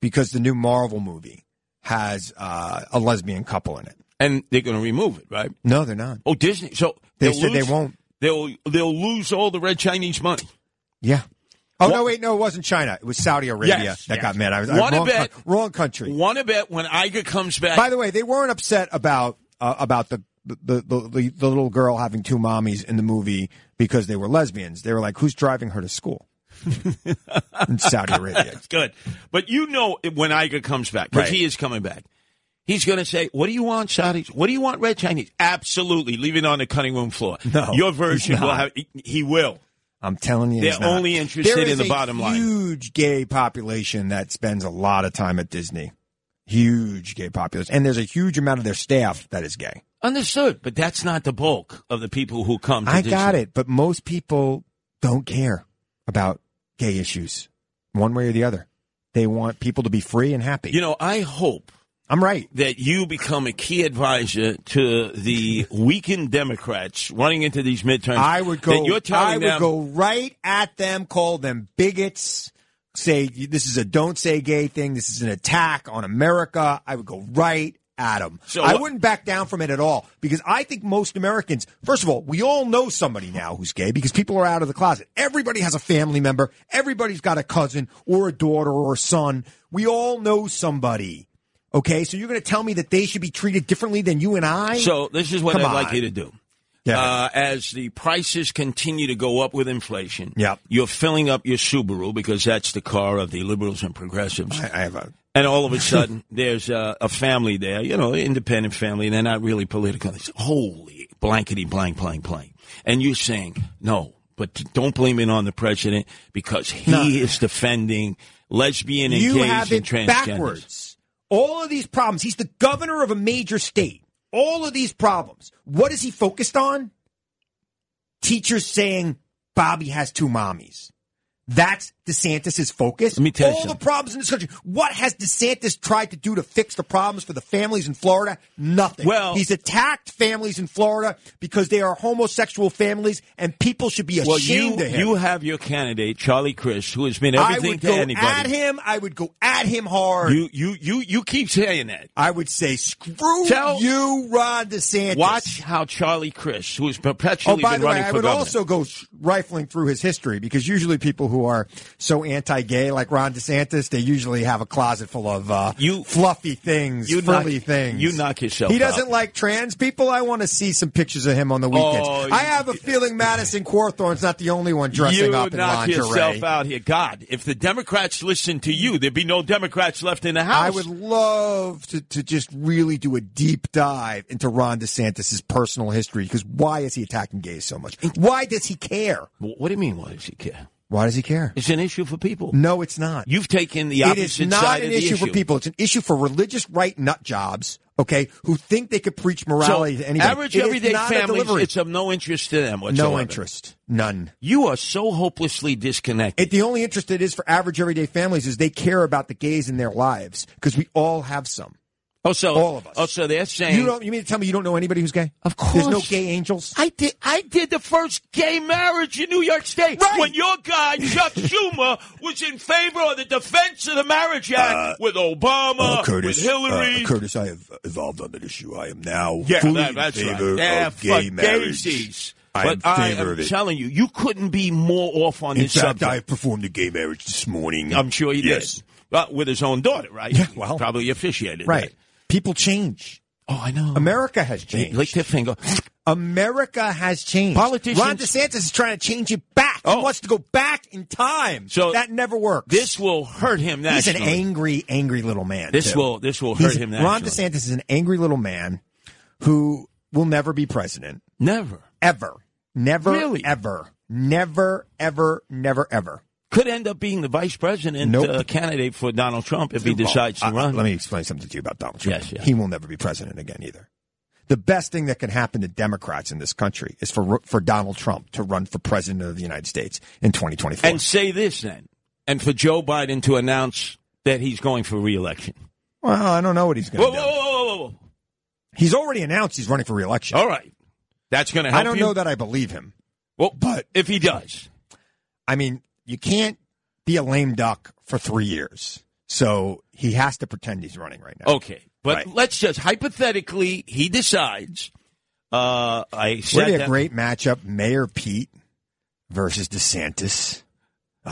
E: because the new Marvel movie has uh, a lesbian couple in it.
C: And they're going to remove it, right?
E: No, they're not.
C: Oh, Disney. So
E: They
C: they'll
E: said they
C: lose-
E: won't.
C: They'll they'll lose all the red Chinese money.
E: Yeah. Oh no! Wait, no, it wasn't China. It was Saudi Arabia
C: Yes,
E: that
C: yes.
E: got mad. I was I-
C: Wanna
E: wrong,
C: bet-
E: coun- wrong country.
C: Want to bet when Iger comes back?
E: By the way, they weren't upset about uh, about the the, the the the little girl having two mommies in the movie because they were lesbians. They were like, "Who's driving her to school?" in Saudi Arabia.
C: That's good. But you know it- when Iger comes back, because
E: Right.
C: he is coming back, he's going to say, What do you want, Saudis? What do you want, Red Chinese? Absolutely. Leave it on the cutting room floor.
E: No,
C: Your version
E: he's
C: will
E: not.
C: have, he- he will.
E: I'm telling you,
C: They're
E: it's not.
C: only interested
E: There
C: in
E: is
C: the
E: a
C: bottom line.
E: Huge gay population that spends a lot of time at Disney. Huge gay population, and there's a huge amount of their staff that is gay.
C: Understood. But that's not the bulk of the people who come to
E: I got
C: Disney.
E: it, but most people don't care about gay issues, one way or the other. They want people to be free and happy.
C: You know, I hope
E: I'm right.
C: that you become a key advisor to the weakened Democrats running into these midterms.
E: I would go.
C: That you're telling
E: I would
C: them,
E: go right at them, call them bigots, say this is a don't say gay thing. This is an attack on America. I would go right at them.
C: So
E: I
C: what-
E: wouldn't back down from it at all because I think most Americans. First of all, we all know somebody now who's gay because people are out of the closet. Everybody has a family member. Everybody's got a cousin or a daughter or a son. We all know somebody. Okay, so you're going to tell me that they should be treated differently than you and I?
C: So this is what
E: Come
C: I'd like
E: on.
C: you to do.
E: Yeah.
C: Uh, as the prices continue to go up with inflation,
E: Yep.
C: you're filling up your Subaru because that's the car of the liberals and progressives.
E: I, I have a
C: and all of a sudden, there's a, a family there, you know, independent family. They're not really political. They say, holy blankety blank blank blank. And you're saying no, but don't blame it on the president because he is defending lesbian and
E: you
C: gays
E: have
C: and
E: it
C: transgenders.
E: backwards. All of these problems. He's the governor of a major state. All of these problems. What is he focused on? Teachers saying Bobby has two mommies. That's DeSantis's focus.
C: Let me tell you
E: All the
C: something.
E: problems in this country. What has DeSantis tried to do to fix the problems for the families in Florida? Nothing.
C: Well-
E: he's attacked families in Florida because they are homosexual families, and people should be
C: Well,
E: ashamed
C: you
E: of him.
C: you have your candidate Charlie Chris, who has been everything
E: I would
C: to
E: go
C: anybody.
E: at him. I would go at him hard.
C: You you you you keep saying that.
E: I would say screw
C: Tell-
E: you, Ron DeSantis.
C: Watch how Charlie Chris, who's
E: Oh,
C: perpetually
E: by
C: been
E: the way,
C: running
E: I
C: for
E: would
C: governor,
E: also go s- rifling through his history because usually people who are so anti-gay, like Ron DeSantis, they usually have a closet full of uh,
C: You-
E: fluffy things,
C: you knock-
E: frilly things.
C: you knock yourself
E: He doesn't
C: out.
E: like trans people. I want to see some pictures of him on the weekends.
C: Oh,
E: I
C: you-
E: have a feeling Madison Cawthorn's not the only one dressing
C: you
E: up in
C: knock
E: lingerie.
C: yourself out here. God, if the Democrats listened to you, there'd be no Democrats left in the House.
E: I would love to, to just really do a deep dive into Ron DeSantis' personal history because why is he attacking gays so much? Why does he care?
C: Wh- What do you mean? Why does he care?
E: Why does he care?
C: It's an issue for people.
E: No, it's not.
C: You've taken the
E: It
C: opposite
E: is not
C: side
E: an
C: of the
E: issue,
C: issue
E: for people. It's an issue for religious right nut jobs, okay, who think they could preach morality
C: So,
E: to anybody.
C: average
E: It is
C: everyday
E: not a
C: families,
E: delivery.
C: it's of no interest to them whatsoever.
E: no interest. None.
C: You are so hopelessly disconnected.
E: It, the only interest it is for average everyday families is they care about the gays in their lives because we all have some.
C: Oh, so
E: all of us.
C: Oh, so they're saying
E: You don't. You mean to tell me you don't know anybody who's gay? Of
C: course.
E: There's no gay angels.
C: I did. I did the first gay marriage in New York State when your guy Chuck Schumer was in favor of the Defense of the Marriage Act with Obama,
D: Uh, Curtis,
C: with Hillary.
D: uh, Curtis, I have evolved on that issue. I am now
C: yeah,
D: fully
C: that-
D: in
C: that's
D: favor
C: right. Yeah,
D: of gay
C: fuck
D: marriage.
C: daisies.
D: I am
C: but I
D: favor
C: am
D: of it.
C: telling you, you couldn't be more off on
D: in
C: this
D: fact,
C: subject.
D: I performed a gay marriage this morning.
C: I'm sure he
D: yes.
C: did. Well, with his own daughter, right? Yeah, well, probably officiated.
E: Right.
C: that.
E: People change.
C: Oh, I know.
E: America has changed.
C: Lick their finger.
E: America has changed.
C: Politicians-
E: Ron DeSantis is trying to change it back. He wants to go back in time.
C: Oh. So
E: that never works.
C: This will hurt him.
E: He's an
C: Nationally.
E: angry, angry little man.
C: This
E: too.
C: will- this will
E: He's-
C: hurt him
E: Ron
C: nationally.
E: DeSantis is an angry little man who will never be president.
C: Never,
E: ever, never,
C: Really?
E: ever, never, ever, never, ever.
C: Could end up being the vice president
E: Nope.
C: uh, candidate for Donald Trump if he
E: Well,
C: decides to
E: I-
C: run.
E: Let me explain something to you about Donald Trump.
C: Yes, yes.
E: He will never be president again either. The best thing that can happen to Democrats in this country is for for Donald Trump to run for president of the United States in 2024.
C: And say this then, and for Joe Biden to announce that he's going for reelection.
E: well, I don't know what he's going
C: Whoa,
E: to
C: whoa,
E: do.
C: whoa, whoa, whoa!
E: He's already announced he's running for reelection.
C: All right, that's going to help.
E: I don't
C: you?
E: know that I believe him.
C: Well, but if he does,
E: I mean, you can't be a lame duck for three years. So he has to pretend he's running right now.
C: okay. But let's just hypothetically, he decides. Uh, I
E: Would
C: said
E: be a
C: that-
E: great matchup, Mayor Pete versus DeSantis. Oh,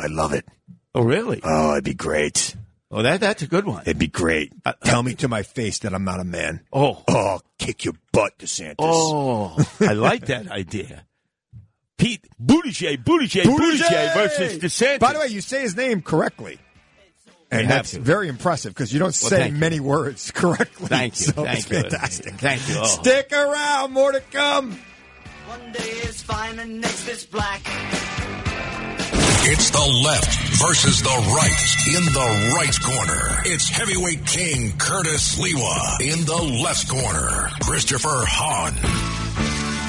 E: I love it.
C: Oh, really?
E: Oh, it'd be great.
C: Oh, that that's a good one.
E: It'd be great. Tell me to my face that I'm not a man.
C: Uh, Oh,
E: oh, kick your butt, DeSantis.
C: Oh, I like that idea. Pete Buttigieg, Buttigieg, Buttigieg, versus DeSantis.
E: By the way, you say his name correctly.
C: You
E: And
C: have
E: that's
C: to.
E: very impressive because you don't
C: Well,
E: say
C: thank you.
E: many words correctly.
C: Thank you,
E: So
C: thank
E: it's
C: you.
E: fantastic.
C: Thank you. Oh.
E: Stick around, more to come.
B: One day is fine and next is black.
A: It's the left versus the right. In the right corner, it's heavyweight king Curtis Lewa. In the left corner, Christopher Hahn.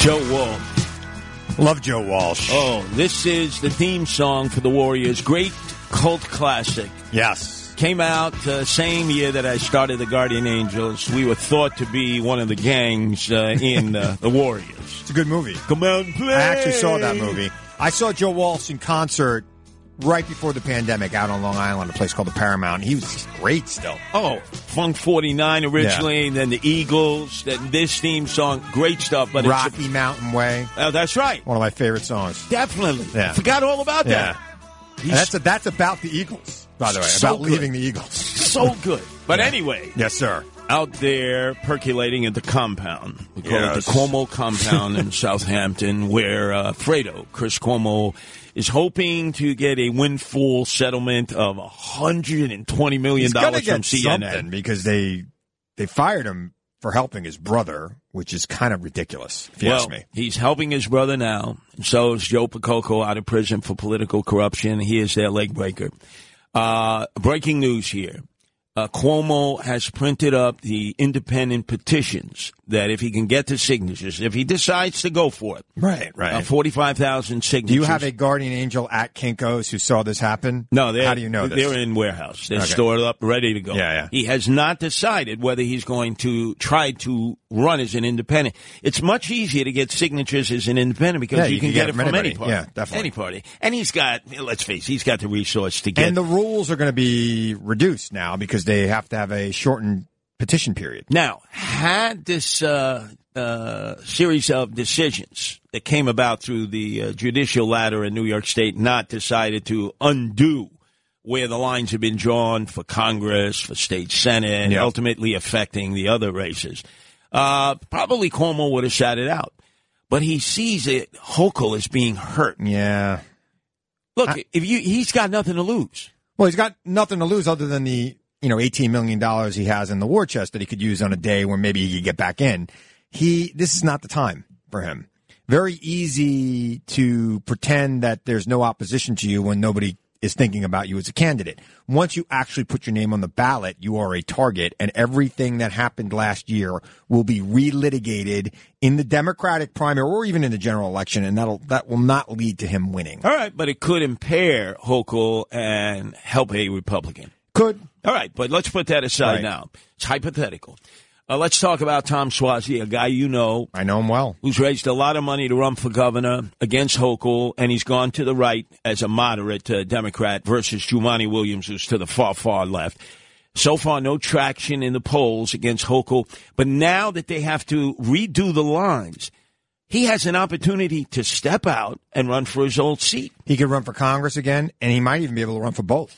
C: Joe Wall.
E: Love Joe Walsh.
C: Oh, this is the theme song for the Warriors. Great cult classic.
E: Yes.
C: Came out uh, same year that I started the Guardian Angels. We were thought to be one of the gangs uh, in uh, the Warriors.
E: It's a good movie.
C: Come out and play.
E: I actually saw that movie. I saw Joe Walsh in concert right before the pandemic out on Long Island, a place called the Paramount. He was great still.
C: Oh, Funk 49 originally, and then the Eagles, then this theme song. Great stuff. But
E: Rocky Mountain Way.
C: It's, oh, that's right.
E: One of my favorite songs.
C: Definitely.
E: Yeah.
C: Forgot all about
E: Yeah.
C: that.
E: And that's, that's about the Eagles, by the way,
C: So
E: about
C: good.
E: leaving the Eagles.
C: So good. But anyway,
E: Yes, sir.
C: out there percolating at the compound. We call it
D: Yes.
C: the Cuomo compound in Southampton, where uh, Fredo, Chris Cuomo, is hoping to get a windfall settlement of $120 million
E: He's gonna
C: from
E: get
C: CNN.
E: something because they they fired him for helping his brother, which is kind of ridiculous, if you
C: well,
E: ask me.
C: he's helping his brother now. and So is Joe Pococo out of prison for political corruption. He is their leg breaker. Uh, breaking news here. Uh, Cuomo has printed up the independent petitions that if he can get the signatures, if he decides to go for it,
E: Right, right.
C: uh, 45,000
E: do
C: signatures.
E: you have a guardian angel at Kinko's who saw this happen?
C: No, they're,
E: How do you know this?
C: They're in warehouse. They're
E: Okay.
C: stored up, ready to go.
E: Yeah, yeah.
C: He has not decided whether he's going to try to run as an independent. It's much easier to get signatures as an independent because
E: Yeah,
C: you, can, get, it from any
E: anybody.
C: party.
E: Yeah, definitely.
C: Any party. And he's got, let's face it, he's got the resource to get.
E: And the rules are going to be reduced now because they have to have a shortened petition period.
C: now, had this uh, uh, series of decisions that came about through the uh, judicial ladder in New York State not decided to undo where the lines have been drawn for Congress, for state senate, and
D: Yeah.
C: ultimately affecting the other races. Uh, probably Cuomo would have shot it out, but he sees it Hochul as being hurt.
E: Yeah.
C: Look, if you he's got nothing to lose.
E: Well, he's got nothing to lose other than the you know eighteen million dollars he has in the war chest that he could use on a day where maybe he could get back in. He this is not the time for him. Very easy to pretend that there's no opposition to you when nobody is thinking about you as a candidate. Once you actually put your name on the ballot, you are a target, and everything that happened last year will be relitigated in the Democratic primary or even in the general election, and that'll that will not lead to him winning.
C: All right, but it could impair Hochul and help a Republican.
E: Could.
C: All right, but let's put that aside
E: Right.
C: now. It's hypothetical. Uh, let's talk about Tom Swazi, a guy you know.
E: I know him well.
C: Who's raised a lot of money to run for governor against Hochul, and he's gone to the right as a moderate uh, Democrat versus Jumani Williams, who's to the far, far left. So far, no traction in the polls against Hochul. But now that they have to redo the lines, he has an opportunity to step out and run for his old seat.
E: He could run for Congress again, and he might even be able to run for both,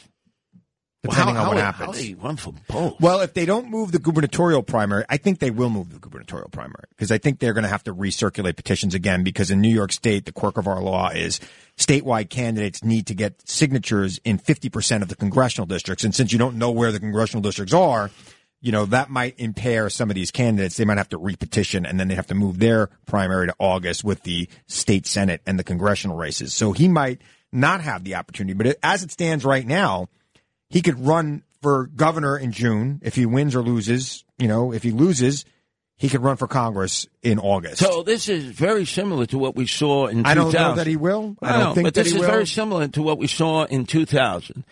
E: depending
C: Well, how-
E: on what
C: how-
E: happens.
C: How do you run for both?
E: Well, if they don't move the gubernatorial primary, I think they will move the gubernatorial primary because I think they're going to have to recirculate petitions again because in New York State, the quirk of our law is statewide candidates need to get signatures in 50% of the congressional districts. And since you don't know where the congressional districts are, you know, that might impair some of these candidates. They might have to repetition and then they have to move their primary to August with the state Senate and the congressional races. So he might not have the opportunity. But as it stands right now, he could run for governor in June if he wins or loses. You know, if he loses, he could run for Congress in August.
C: So this is very similar to what we saw in.
E: I don't know
C: 2000.
E: that he will. I
C: No,
E: don't think
C: but
E: that
C: this
E: he
C: is
E: will.
C: very similar to what we saw in 2000.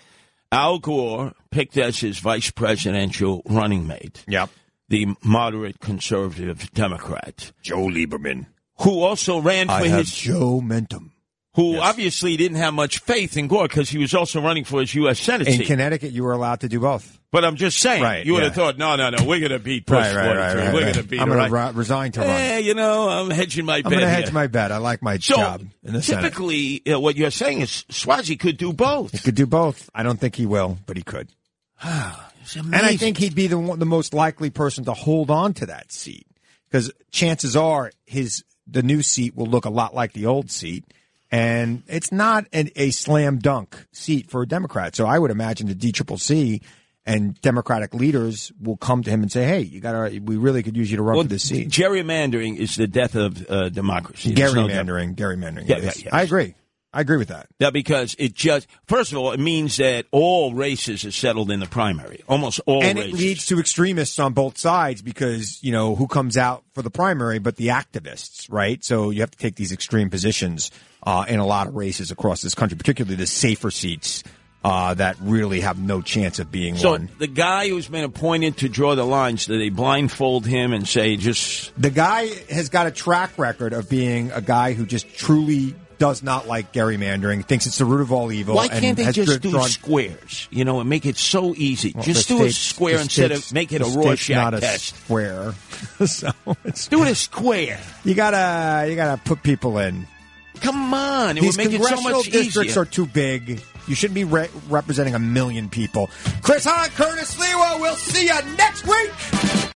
C: Al Gore picked as his vice presidential running mate.
E: Yep.
C: The moderate conservative Democrat
D: Joe Lieberman,
C: who also ran for
E: I have
C: his
E: Joe Mentum
C: who obviously didn't have much faith in Gore because he was also running for his U.S. Senate
E: in
C: seat.
E: Connecticut. You were allowed to do both.
C: but I'm just saying,
E: Right,
C: you would have
E: yeah.
C: thought, no, no, no, we're going to beat Bush 43. We're going to beat
E: I'm
C: her,
E: going
C: right?
E: to resign to run.
C: Eh, you know, I'm hedging my
E: I'm
C: bet.
E: going to
C: here.
E: hedge my bet. I like my
C: So,
E: job in the Senate.
C: typically, uh, what you're saying is Swazi could do both.
E: He could do both. I don't think he will, but he could.
C: It's
E: And I
C: amazing.
E: think he'd be the one, the most likely person to hold on to that seat because chances are his the new seat will look a lot like the old seat, and it's not an, a slam dunk seat for a Democrat. So I would imagine the DCCC and Democratic leaders will come to him and say, "Hey, you got to. We really could use you to run
C: Well,
E: for this seat."
C: Gerrymandering is the death of uh, democracy. There's no doubt.
E: Gerrymandering, gerrymandering.
C: Yeah,
E: yes.
C: yeah, yeah.
E: I agree. I agree with that.
C: Yeah, because it just first of all, it means that all races are settled in the primary. Almost all
E: and
C: races.
E: it leads to extremists on both sides because you know who comes out for the primary but the activists right so you have to take these extreme positions uh, in a lot of races across this country particularly the safer seats uh, that really have no chance of being
C: so
E: won
C: the guy who's been appointed to draw the lines, do they blindfold him and say just
E: the guy has got a track record of being a guy who just truly does not like gerrymandering thinks it's the root of all evil
C: why
E: and
C: can't they
E: has
C: just
E: dr-
C: do
E: drawn-
C: squares? You know, and make it so easy.
E: Well,
C: just
E: the
C: do
E: state's-
C: a square
E: the
C: instead of
E: state's-
C: make it
E: the
C: a
E: state's
C: Rorschach
E: not a
C: test.
E: square so it's
C: do it a square
E: you gotta you gotta put people in
C: Come on, it
E: These
C: would make it so
E: congressional
C: much
E: districts
C: easier.
E: are too big. You shouldn't be re- representing a million people. Chris Hahn, Curtis Lewa, we'll see you next week.